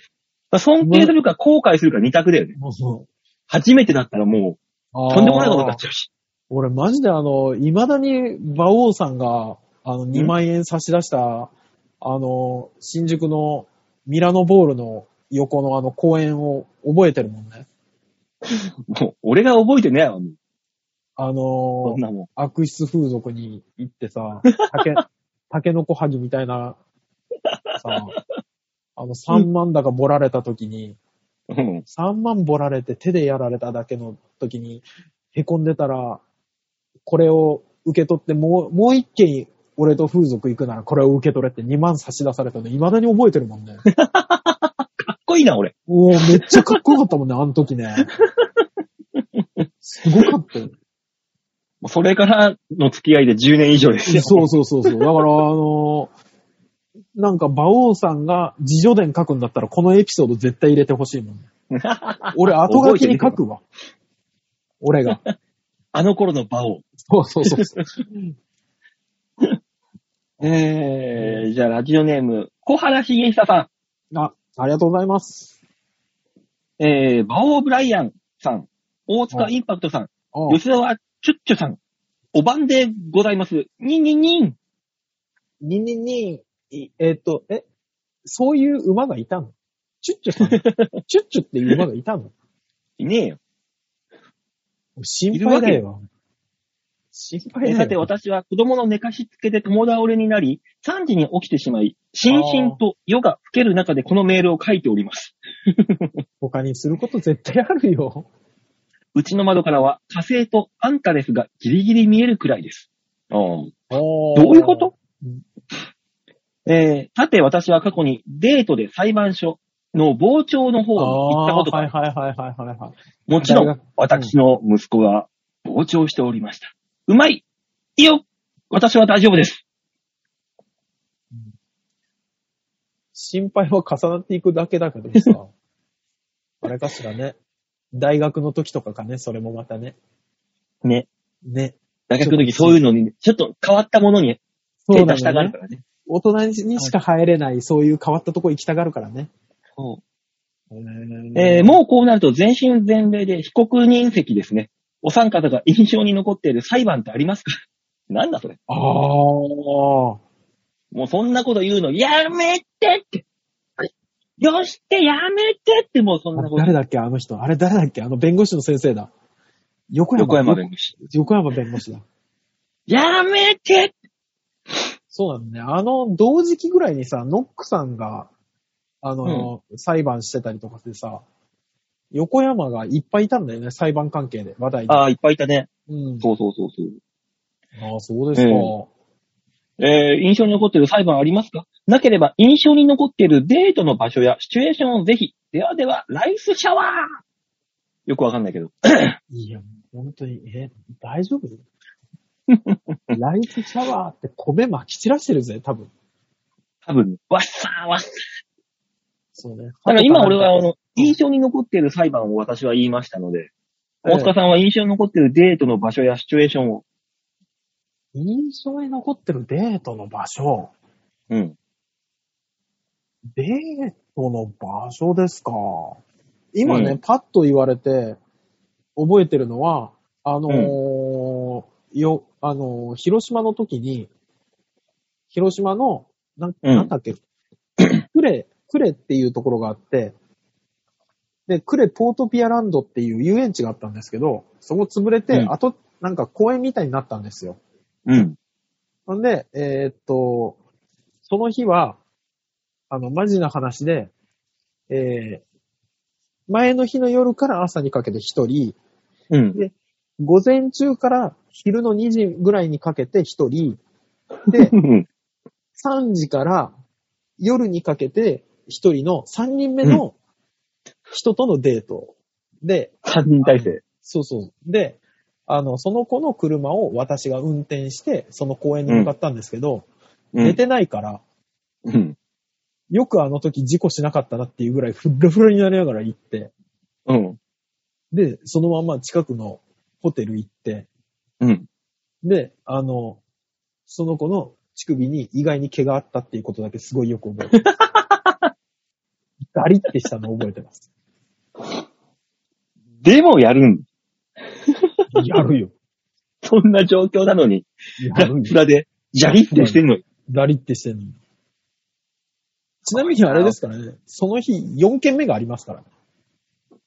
Speaker 2: 尊敬するか後悔するか二択だよね。
Speaker 3: もう
Speaker 2: 初めてだったらもう、とんでもないことになっちゃうし。
Speaker 3: 俺マジであの、未だに馬王さんが、あの、2万円差し出した、あの、新宿のミラノボールの横のあの公園を覚えてるもんね。
Speaker 2: もう、俺が覚えてねえわ、もう
Speaker 3: あの
Speaker 2: そん、なも
Speaker 3: 悪質風俗に行って さ、竹、竹のこはぎみたいな、さ、あの、3万だかぼられた時に、
Speaker 2: ん。うん。
Speaker 3: 3万ぼられて手でやられただけの時に、へこんでたら、これを受け取って、もう、もう一件、俺と風俗行くならこれを受け取れって2万差し出されたの、未だに覚えてるもん ね。
Speaker 2: かっこいいな、俺。
Speaker 3: おおめっちゃかっこよかったもんね、あの時ね。すごかったよ。
Speaker 2: もうそれからの付き合いで10年以上ですよ。
Speaker 3: そうそうそうそう。だから、あのなんか、馬王さんが自叙伝書くんだったら、このエピソード絶対入れてほしいもんね。俺、後書きに書 くわ。俺が。
Speaker 2: あの頃の場を。
Speaker 3: そうそうそうそう。
Speaker 2: えー、じゃあ、ラジオネーム、小原茂久さ
Speaker 3: あ、ありがとうございます。
Speaker 2: ん、えー、バオブライアンさん、大塚インパクトさん、
Speaker 3: あ
Speaker 2: 吉沢チュッチュさん、お晩でございます。ニンニンニン。
Speaker 3: ににに、いえっ、と、え、そういう馬がいたのチュッチュ さん。チュッチュっていう馬がいたの
Speaker 2: いねえよ。
Speaker 3: 心配だよ。心配だよ。
Speaker 2: さて、私は子供の寝かしつけで友倒れになり、3時に起きてしまい、心身と夜が更ける中でこのメールを書いております。
Speaker 3: 他にすること絶対あるよ。
Speaker 2: うちの窓からは火星とアンタレスがギリギリ見えるくらいです。ああ。
Speaker 3: ど
Speaker 2: どういうことえー、さて私は過去にデートで裁判所の傍聴の方に行ったことがあ
Speaker 3: は
Speaker 2: る
Speaker 3: いはいはいはいはいはい。
Speaker 2: もちろ
Speaker 3: 大
Speaker 2: ん
Speaker 3: 学うん
Speaker 2: 私の息子が傍聴しておりました。うまいいいよ私は大丈夫です
Speaker 3: 心配は重なっていくだけだけどさ。 あれかしらね。大学の時とかかね、それもまたね。
Speaker 2: ね。
Speaker 3: ね。
Speaker 2: 大学の時そういうのに、ちょっと変わったものに手出したがる
Speaker 3: ね
Speaker 2: か。らね。
Speaker 3: 大人にしか入れない、そういう変わったとこ行きたがるからね。
Speaker 2: そうえ
Speaker 3: え
Speaker 2: ーもうこうなると全身全霊で被告人席ですね。お三方が印象に残っている裁判ってありますかなんだそれ。
Speaker 3: ああ。
Speaker 2: もうそんなこと言うの、やめてって。よしてやめてって、もうそんなこと
Speaker 3: 誰。だっけあの人。あれ誰だっけあの弁護士の先生だ。横山。
Speaker 2: 横山弁護士。
Speaker 3: 横山弁護士だ。
Speaker 2: やめて
Speaker 3: そうなのね。あの、同時期ぐらいにさ、ノックさんが、あの、裁判してたりとかしてさ、横山がいっぱいいたんだよね、裁判関係で、話題で。
Speaker 2: ああ、いっぱいいたね。
Speaker 3: うん。
Speaker 2: そうそうそうそう。
Speaker 3: ああ、そうですか。
Speaker 2: ええー印象に残っている裁判ありますかなければ印象に残っているデートの場所やシチュエーションをぜひ。ではでは、ライスシャワーよくわかんないけど。
Speaker 3: いや、本当に、え、大丈夫 ライスシャワーって米撒き散らしてるぜ、多分。
Speaker 2: 多分、わっさーわっさー
Speaker 3: そうね。
Speaker 2: だから今俺は、あの、印象に残っている裁判を私は言いましたので、
Speaker 3: ええ
Speaker 2: 大塚さんは印象に残っているデートの場所やシチュエーションを。
Speaker 3: 印象に残ってるデートの場所。
Speaker 2: うん。
Speaker 3: デートの場所ですか。今ね、
Speaker 2: うん
Speaker 3: パッと言われて、覚えてるのは、あのーよ、あのー広島の時に、広島の、なん
Speaker 2: うん
Speaker 3: なんだっけ、クレ、クレっていうところがあって、で、クレポートピアランドっていう遊園地があったんですけど、そこ潰れて、
Speaker 2: うん
Speaker 3: あと、なんか公園みたいになったんですよ。
Speaker 2: うん。
Speaker 3: ほんで、えーっと、その日は、あの、マジな話で、えー前の日の夜から朝にかけて一人、
Speaker 2: うん。、
Speaker 3: 午前中から昼の2時ぐらいにかけて一人、で
Speaker 2: うん。
Speaker 3: 3時から夜にかけて一人の3人目の人とのデート。で、
Speaker 2: 三人体制。
Speaker 3: そうそう。で、あの、その子の車を私が運転して、その公園に向かったんですけど、
Speaker 2: うん
Speaker 3: 寝てないから、
Speaker 2: うん。
Speaker 3: よくあの時事故しなかったなっていうぐらいフラフラになりながら行って、
Speaker 2: うん。
Speaker 3: で、そのまま近くのホテル行って、
Speaker 2: うん。
Speaker 3: で、あの、その子の乳首に意外に毛があったっていうことだけすごいよく覚えてます。 ガリってしたの覚えてます。
Speaker 2: でもやるん。
Speaker 3: やるよ。
Speaker 2: そんな状況なのに、ガ
Speaker 3: やる
Speaker 2: ッツ
Speaker 3: よ。
Speaker 2: ラで、ジャリってしてんのに。
Speaker 3: ガリってしてんのに。ちなみにあれですからね、その日4件目がありますからね。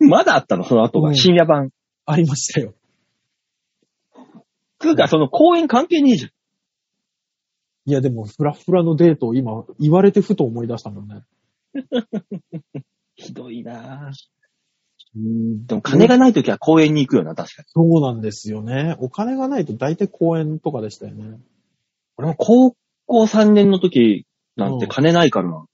Speaker 2: まだあったの、その後
Speaker 3: う
Speaker 2: が。
Speaker 3: ん
Speaker 2: 深夜版。
Speaker 3: ありましたよ。
Speaker 2: つうか、その公演関係ねえじゃん。
Speaker 3: いやでも、フラフラのデートを今、言われてふと思い出したもんね。
Speaker 2: ひどいなぁ。でも金がない時は公園に行くよな、確かに。
Speaker 3: そうなんですよね。お金がないと大体公園とかでしたよね。
Speaker 2: 俺も高校3年の時なんて金ないからな。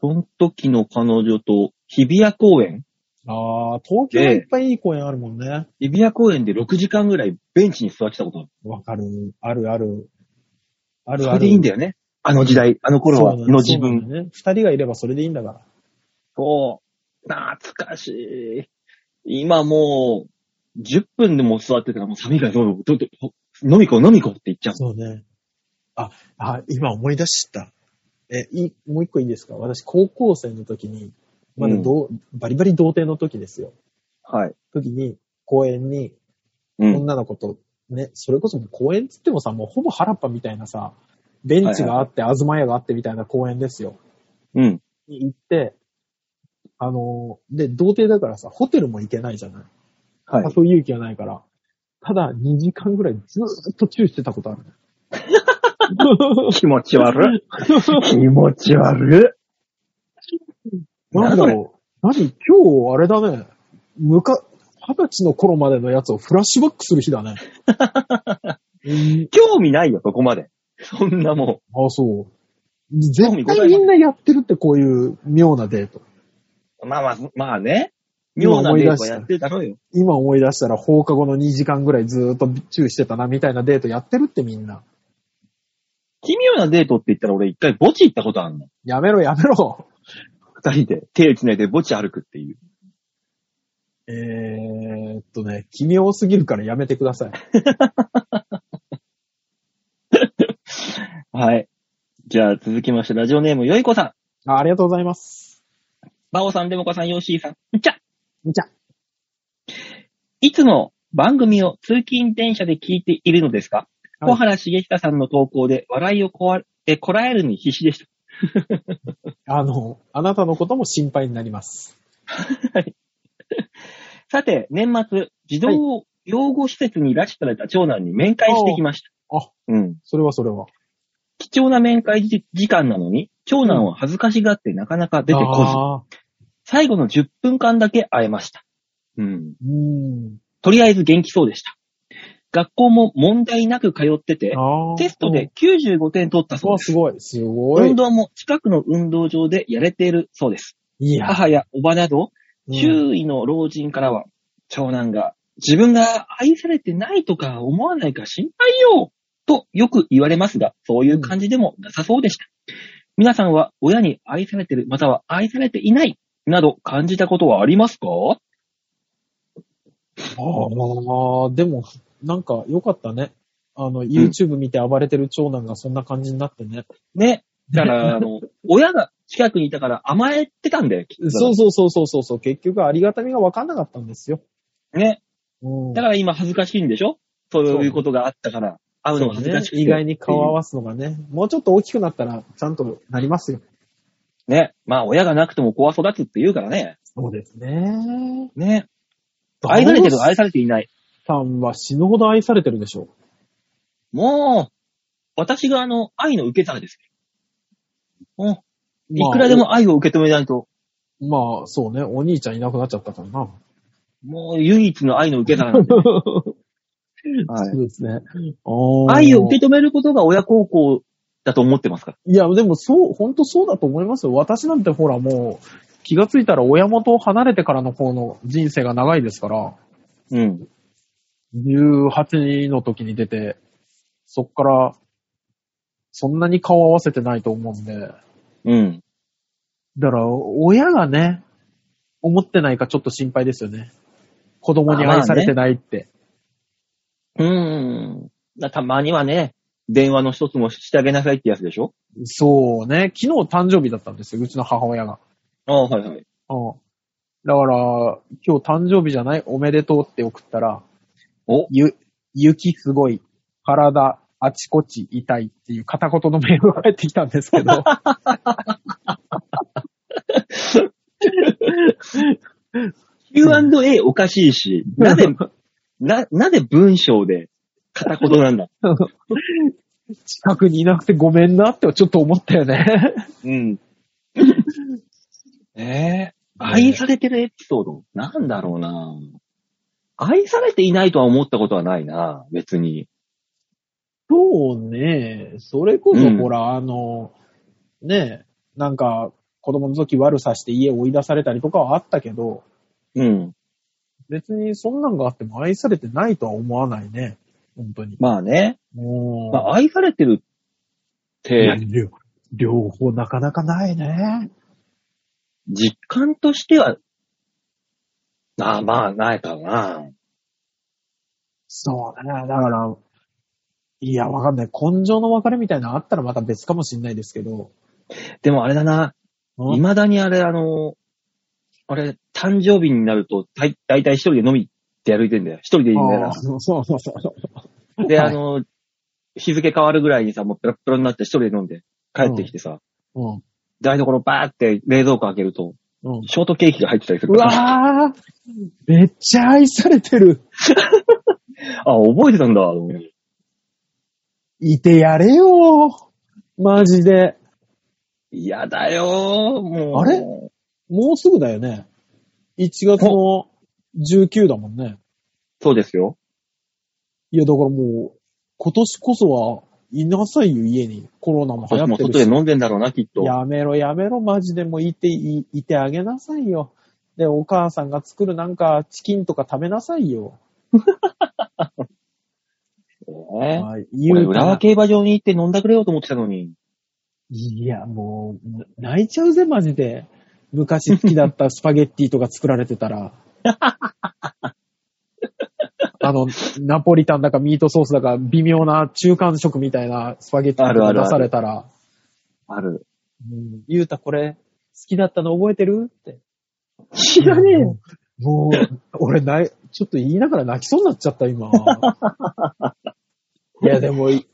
Speaker 2: その時の彼女と日比谷公園
Speaker 3: ああ、東京はいっぱいいい公園あるもんね。
Speaker 2: 日比谷公園で6時間ぐらいベンチに座ってたことある。
Speaker 3: わかる。あるある。ある
Speaker 2: そ
Speaker 3: ある。
Speaker 2: れでいいんだ
Speaker 3: よ。
Speaker 2: よね。あの時代、あの頃は、の自
Speaker 3: そ
Speaker 2: 分。
Speaker 3: うなんだよね。二人がいればそれでいいんだから。
Speaker 2: そう。懐かしい。今もう、10分でも座ってたらもう寒いからどうぞどうぞ飲み行こう飲み行こうって言っちゃう。
Speaker 3: そうね。あ、あ、今思い出した。え、い、もう一個いいですか私、高校生の時に、まだどう、バリバリ童貞の時ですよ。
Speaker 2: はい。
Speaker 3: 時に、公園に、
Speaker 2: うん。
Speaker 3: 女の子と、ね、それこそもう公園っつってもさ、もうほぼ原っぱみたいなさ、ベンチがあって、東屋があってみたいな公園ですよ。
Speaker 2: うん。
Speaker 3: に行って、あのーで、童貞だからさ、ホテルも行けないじゃない。
Speaker 2: はい。
Speaker 3: 誘う勇気がないから。ただ、2時間ぐらいずーっとチューしてたことある。
Speaker 2: 気持ち悪い。 気持ち悪い。
Speaker 3: なんだろう。何今日、あれだね。むか、二十歳の頃までのやつをフラッシュバックする日 だね。うん
Speaker 2: 興味ないよ、そこまで。そんなも
Speaker 3: あ、そう。絶対みんなやってるってこういう妙なデート。
Speaker 2: まあまあ、まあね。妙なデートはやってるだろうよ。
Speaker 3: 今思い出したら放課後の2時間ぐらいずーっとチューしてたなみたいなデートやってるってみんな。
Speaker 2: 奇妙なデートって言ったら俺一回墓地行ったことあんの。
Speaker 3: やめろやめろ。
Speaker 2: 二人で手をつないで墓地歩くっていう。
Speaker 3: えーっとね、奇妙すぎるからやめてください。
Speaker 2: はい。じゃあ続きまして、ラジオネーム、よいこさん。
Speaker 3: あありがとうございます。
Speaker 2: バオさん、デモカさん、ヨッシーさん。じゃ
Speaker 3: じゃ、
Speaker 2: いつも番組を通勤電車で聞いているのですが、
Speaker 3: はい
Speaker 2: 小原茂久さんの投稿で笑いをこわえこらえるに必死でした。
Speaker 3: あの、あなたのことも心配になります。
Speaker 2: さて、年末、児童養護施設に拉致された長男に面会してきました。
Speaker 3: ああ
Speaker 2: うん。
Speaker 3: それはそれは。
Speaker 2: 貴重な面会じ時間なのに、長男は恥ずかしがってなかなか出てこず、
Speaker 3: あ
Speaker 2: 最後の10分間だけ会えました。うん。
Speaker 3: ーうん。
Speaker 2: とりあえず元気そうでした。学校も問題なく通ってて、
Speaker 3: あー
Speaker 2: テストで。95点取った
Speaker 3: う
Speaker 2: そうんです
Speaker 3: す。ごい。すごい
Speaker 2: 運。動も近くの運動場でやれているそうです。
Speaker 3: いや。
Speaker 2: 母やおばなど、
Speaker 3: うん
Speaker 2: 周囲の老人からは、長男が、自分が愛されてないとか思わないか心配よとよく言われますが、そういう感じでもなさそうでした。皆さんは親に愛されてる、または愛されていない、など感じたことはありますか
Speaker 3: ああ、でも、なんか良かったね。あの、YouTube 見て暴れてる長男がそんな感じになってね。
Speaker 2: ね。だから、あの、親が近くにいたから甘えてたんだよ、きっと
Speaker 3: そうそうそうそうそうそう。結局ありがたみが分かんなかったんですよ。
Speaker 2: ね。
Speaker 3: うん。
Speaker 2: だから今恥ずかしいんでしょそういうことがあったから、会うのが
Speaker 3: そう
Speaker 2: 恥ず
Speaker 3: ね
Speaker 2: かしくて。
Speaker 3: 意外に顔合わすのがね。もうちょっと大きくなったら、ちゃんとなりますよ。
Speaker 2: ね。まあ、親がなくても子は育つって言うからね。
Speaker 3: そうですね。
Speaker 2: ね。愛されてる、
Speaker 3: バオ
Speaker 2: 愛されていない。
Speaker 3: さんは死ぬほど愛されてるでしょ。
Speaker 2: もう、私があの、愛の受け皿ですよ。うん。い
Speaker 3: まあ
Speaker 2: くらで。も愛を受け止めないと、
Speaker 3: まあ、そうね。お兄ちゃんいなくなっちゃったから な。
Speaker 2: もう唯一の愛の受け皿 なんで。は
Speaker 3: そ
Speaker 2: いう
Speaker 3: ですね。おー
Speaker 2: 愛を受け止めることが親孝行だと思ってますから。
Speaker 3: いや、でもそう、ほんとそうだと思いますよ。私なんてほらもう、気がついたら親元を離れてからの方の人生が長いですから、
Speaker 2: うん。
Speaker 3: 18の時に出て、そっから、そんなに顔合わせてないと思うんで、
Speaker 2: うん。
Speaker 3: だから、親がね、思ってないかちょっと心配ですよね。子供に愛されてないって。
Speaker 2: うん。だたまにはね、電話の一つもしてあげなさいってやつでしょ
Speaker 3: そうね。昨日誕生日だったんですよ、うちの母親が。
Speaker 2: ああ、はいはい。
Speaker 3: うん。だから、今日誕生日じゃないおめでとうって送ったら、
Speaker 2: お、
Speaker 3: ゆ、雪すごい、体、あちこち痛いっていう片言のメールが返ってきたんですけど。
Speaker 2: Q&A おかしいし、なぜ、な、なぜ文章で片言なんだ
Speaker 3: 近くにいなくてごめんなってちょっと思ったよね。
Speaker 2: うん。ええ愛
Speaker 3: 愛さ
Speaker 2: されてるエピソード、なんだろうな愛されていないとは思ったことはないな別に。
Speaker 3: そうね。それこそ
Speaker 2: うん
Speaker 3: ほら、あの、ねえ、なんか、子供の時悪さして家追い出されたりとかはあったけど、
Speaker 2: うん。
Speaker 3: 別にそんなんがあっても愛されてないとは思わないね。本当に。
Speaker 2: まあね。
Speaker 3: もう
Speaker 2: まあ、愛されてるっ
Speaker 3: いや
Speaker 2: て、
Speaker 3: 両両方なかなかないね。
Speaker 2: 実感としては、ああ、まあ、ないかな
Speaker 3: そうね。だから、いや、わかんない。根性の別れみたいなのあったらまた別かもしんないですけど。
Speaker 2: でもあれだな。
Speaker 3: うん
Speaker 2: 未だにあれ、あの、あれ、誕生日になると、だいだいたい一人で飲みって歩いてんだよ。一人でいいんだよな
Speaker 3: あー。そうそうそうそう。
Speaker 2: で、
Speaker 3: はい
Speaker 2: あの、日付変わるぐらいにさ、もうペラッペラになって一人で飲んで帰ってきてさ、
Speaker 3: うん。
Speaker 2: 台所バーって冷蔵庫開けると、
Speaker 3: うん、
Speaker 2: ショートケーキが入ってたりする
Speaker 3: う
Speaker 2: から、
Speaker 3: わーめっちゃ愛されてる。
Speaker 2: あ、覚えてたんだ、と思って
Speaker 3: いてやれよマジで。
Speaker 2: 嫌だよー、もう。
Speaker 3: あれもうすぐだよね。1月の19だもんね。
Speaker 2: そうですよ。
Speaker 3: いや、だからもう、今年こそはいなさいよ、家に。コロナも流行
Speaker 2: も
Speaker 3: って
Speaker 2: う
Speaker 3: る
Speaker 2: 外で
Speaker 3: し。
Speaker 2: 飲んでんだろうな、きっと。
Speaker 3: やめろ、やめろ、マジでもういて、いいてあげなさいよ。で、お母さんが作るなんか、チキンとか食べなさいよ。
Speaker 2: ね
Speaker 3: はい、
Speaker 2: え。
Speaker 3: 言
Speaker 2: 俺、
Speaker 3: うか
Speaker 2: 浦和
Speaker 3: ら。
Speaker 2: 競馬場に行って飲んだくれようと思ってたのに。
Speaker 3: いや、もう、泣いちゃうぜ、マジで。昔好きだったスパゲッティとか作られて たら。あの、ナポリタンだかミートソースだか微妙な中間食みたいなスパゲッティとか出されたら。
Speaker 2: ある。
Speaker 3: うんゆうたこれ、好きだったの覚えてるって。
Speaker 2: 知らねえよ。
Speaker 3: もう、俺ない、ちょっと言いながら泣きそうになっちゃった、 今。いや、でも、い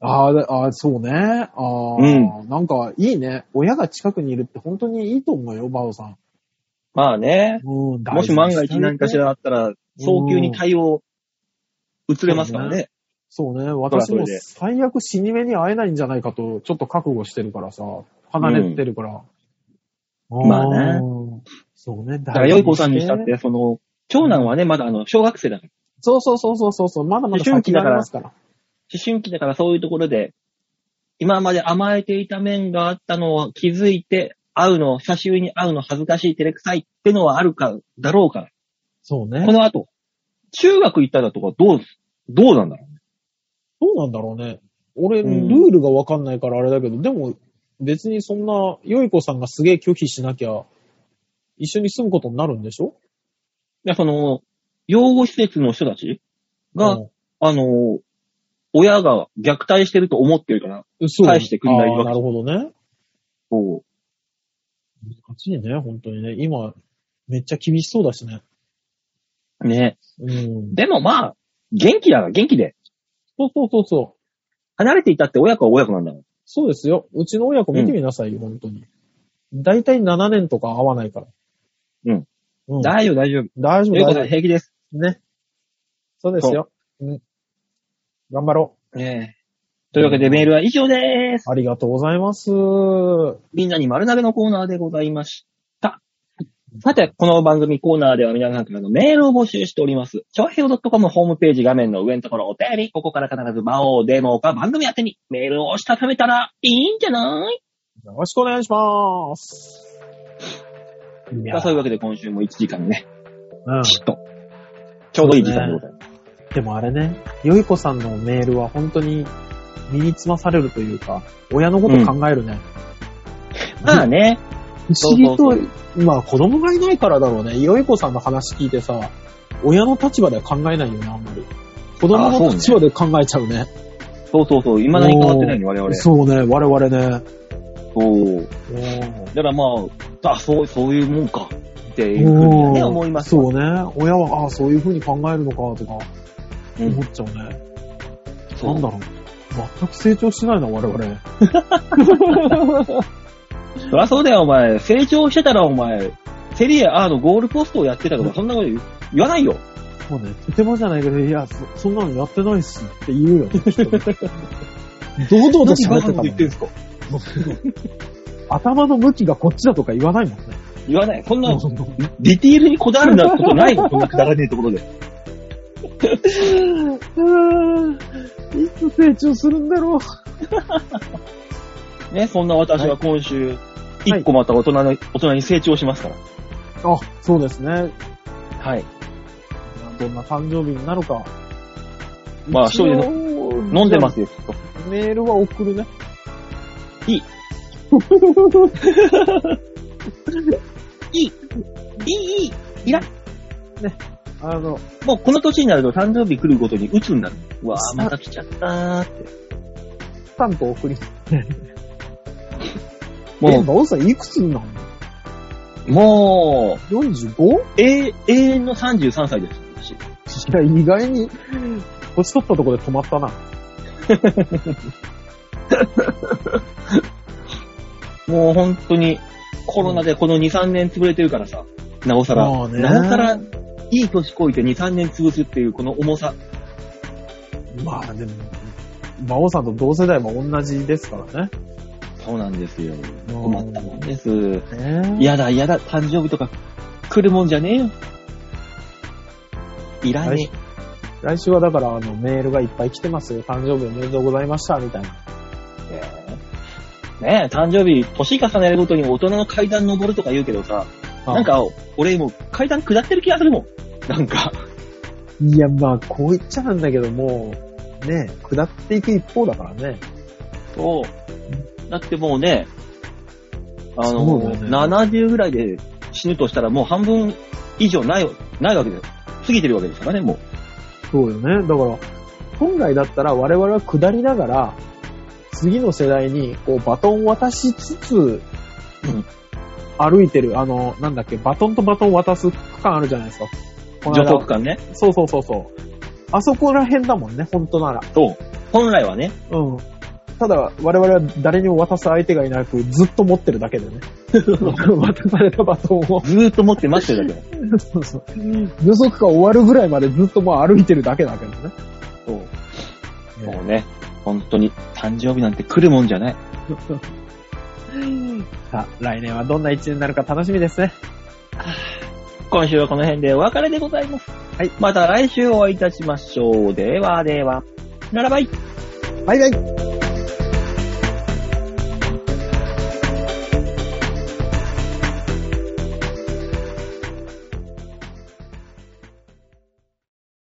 Speaker 3: あーあー、そうね。ああ、
Speaker 2: う
Speaker 3: なんか、いいね。親が近くにいるって本当にいいと思うよ、バオさん。
Speaker 2: まあね。
Speaker 3: うん、
Speaker 2: もし万が一何かし
Speaker 3: ら。
Speaker 2: らあったら、早急に対応、移れますからね。
Speaker 3: そうね。
Speaker 2: れは
Speaker 3: 私
Speaker 2: それ
Speaker 3: も
Speaker 2: で
Speaker 3: 最悪死に目に会えないんじゃないかと、ちょっと覚悟してるからさ、離れてるから。
Speaker 2: んまあね
Speaker 3: ね。そうね。だ
Speaker 2: だから、良い子さんにしたって、その、長男はね、まだあの、小学生だから、
Speaker 3: そうそうそうそうそうそう。まだまだ先がありますから。
Speaker 2: 思春期だからそういうところで、今まで甘えていた面があったのを気づいて、会うの、久しぶりに会うの恥ずかしい、照れくさいってのはあるか、だろうから。
Speaker 3: そうね
Speaker 2: こ。の後、中学行ったらとかどう、どうなんだろう
Speaker 3: どうなんだろうね。俺、
Speaker 2: う
Speaker 3: ル
Speaker 2: ん
Speaker 3: ールがわかんないからあれだけど、でも、別にそんな、よい子さんがすげえ拒否しなきゃ、一緒に住むことになるんでしょ
Speaker 2: いや、その、養護施設の人たちが、
Speaker 3: うん
Speaker 2: あの、親が虐待してると思ってるから、
Speaker 3: そう
Speaker 2: 返してくんない
Speaker 3: あー
Speaker 2: わけ
Speaker 3: なるほどね。
Speaker 2: こ
Speaker 3: 難しいね、本当にね。今、めっちゃ厳しそうだしね。
Speaker 2: う、ね。
Speaker 3: うん。
Speaker 2: でもまあ、元気だから、元気で。
Speaker 3: そうそうそうそう。
Speaker 2: 離れていたって親子は親子なんだから。
Speaker 3: そうですよ。うちの親子見てみなさいよ、本当に。だいたい7年とか会わないから。
Speaker 2: うん。
Speaker 3: うん、大
Speaker 2: 大丈夫、大丈夫。
Speaker 3: 丈夫、
Speaker 2: 良い
Speaker 3: 大
Speaker 2: 子
Speaker 3: 丈
Speaker 2: さん
Speaker 3: 夫。
Speaker 2: 平気です。
Speaker 3: ね。そうですよ。うん。頑張ろう。
Speaker 2: ねえ。というわけでメールは以上でーす。
Speaker 3: ありがとうございます。は
Speaker 2: みんなに丸投げのコーナーでございました。さて、この番組コーナーでは皆さんからのメールを募集しております。超平洋 .com ホームページ画面の上のところお便り、ここから必ず魔王デモか番組宛てにメールを押したためたらいいんじゃない
Speaker 3: いよろしくお願いします。い
Speaker 2: さあそういうわけで今週も1時間ね、
Speaker 3: うん
Speaker 2: きっと、ちょうどいい時間でございます。
Speaker 3: でもあれね、よいこさんのメールは本当に身につまされるというか、親のこと考えるね。
Speaker 2: まあね、
Speaker 3: 不思議と、
Speaker 2: そうそ
Speaker 3: まあ子供がいないからだろうね。よいこさんの話聞いてさ、親の立場では考えないよね、あんまり。子供
Speaker 2: あそう
Speaker 3: の
Speaker 2: ね
Speaker 3: 立場で考えちゃうね。
Speaker 2: そうそうそう、未だに変わってないね、我々。そ
Speaker 3: そうね、我々ね。
Speaker 2: う。
Speaker 3: おー
Speaker 2: だからまあ、あ、そう、そういうもんか、っていうふうにはね、
Speaker 3: おー
Speaker 2: 思います。
Speaker 3: そうね。親は、ああ、そういう風に考えるのか、とか、
Speaker 2: うん
Speaker 3: 思っちゃうね。
Speaker 2: そう
Speaker 3: なんだろう。全く成長してないな、我々。
Speaker 2: そりゃそうだよ、お前。成長してたら、お前、セリエ A のゴールポストをやってたとか、そんなこと言う言わないよ。
Speaker 3: もうね、とてもじゃないけど、いや、そそんなのやってないっすって言うよね、きっとね 堂々と喋ってたもんね、
Speaker 2: んすか
Speaker 3: 頭の向きがこっちだとか言わないもんね。
Speaker 2: 言わない。そんな、
Speaker 3: そうそう
Speaker 2: ディティールにこだわるなんてこと ないよ、そんなくだらねえところで。
Speaker 3: うーんいつ成長するんだろう。
Speaker 2: ね、そんな私は今週、
Speaker 3: はい
Speaker 2: 一個また大人の、大人に成長しますから。
Speaker 3: あ、そうですね。
Speaker 2: はい。
Speaker 3: どんな誕生日になるか。
Speaker 2: まあ一人で飲
Speaker 3: 飲
Speaker 2: んでますよ、きっと。
Speaker 3: メールは送るね。
Speaker 2: いい。いい。いい、いい。
Speaker 3: あの、
Speaker 2: もうこの年になると誕生日来るごとに鬱になる。うわぁ、また来ちゃったーって。
Speaker 3: スタンプ送り。え、
Speaker 2: も
Speaker 3: 馬王さんいくつになる
Speaker 2: う、
Speaker 3: の
Speaker 2: も
Speaker 3: ?45?
Speaker 2: う、永永遠の33歳です、私。
Speaker 3: いや、意外に、年取ったとこで止まったな。
Speaker 2: もう本当に、コロナでこの2、3年潰れてるからさ、なおさら、
Speaker 3: もうね
Speaker 2: なおさら、いい年こいて2、3年潰すっていうこの重さ。
Speaker 3: まあでも、馬王さんと同世代も同じですからね。
Speaker 2: そうなんですよ。困ったもんです。
Speaker 3: ね
Speaker 2: 嫌だ嫌だ、誕生日とか来るもんじゃねえよ。いらね
Speaker 3: 来週はだから、あの、メールがいっぱい来てますよ。誕生日おめでとうございました、みたいな。
Speaker 2: ねえ、誕生日、年重ねるごとに大人の階段登るとか言うけどさ、
Speaker 3: あ
Speaker 2: なん、か、俺もう階段下ってる気がするもん。なんか、
Speaker 3: いや、まあ、こう言っちゃなんだけども、ね、下っていく一方だからね。
Speaker 2: そう。だってもうね、あ
Speaker 3: そ
Speaker 2: の、
Speaker 3: うだよね
Speaker 2: 70ぐらいで死ぬとしたらもう半分以上ない、ないわけですよ。過ぎてるわけですからね、もう。
Speaker 3: そうよね。だから、本来だったら我々は下りながら、次の世代に、こう、バトンを渡しつつ
Speaker 2: ん、
Speaker 3: 歩いてる、あの、なんだっけ、バトンとバトンを渡す区間あるじゃないですか。この
Speaker 2: 女
Speaker 3: 間
Speaker 2: 装区間ね。
Speaker 3: そうそうそうそう。あそこら辺だもんね、本当なら。
Speaker 2: そう。本来はね、
Speaker 3: うん。ただ、我々は誰にも渡す相手がいなく、ずっと持ってるだけでね。 渡されたバトンを。
Speaker 2: ずーっと持って待ってるだけだ。
Speaker 3: そうそう。予測が終わるぐらいまでずっともう歩いてるだけだけどね。
Speaker 2: そう。もうね、本当に誕生日なんて来るもんじゃない。
Speaker 3: さあ、来年はどんな一年になるか楽しみですね。
Speaker 2: 今週はこの辺でお別れでございます。
Speaker 3: はい。
Speaker 2: また来週お会いいたしましょう。ではでは。ならばい。
Speaker 3: バイバイ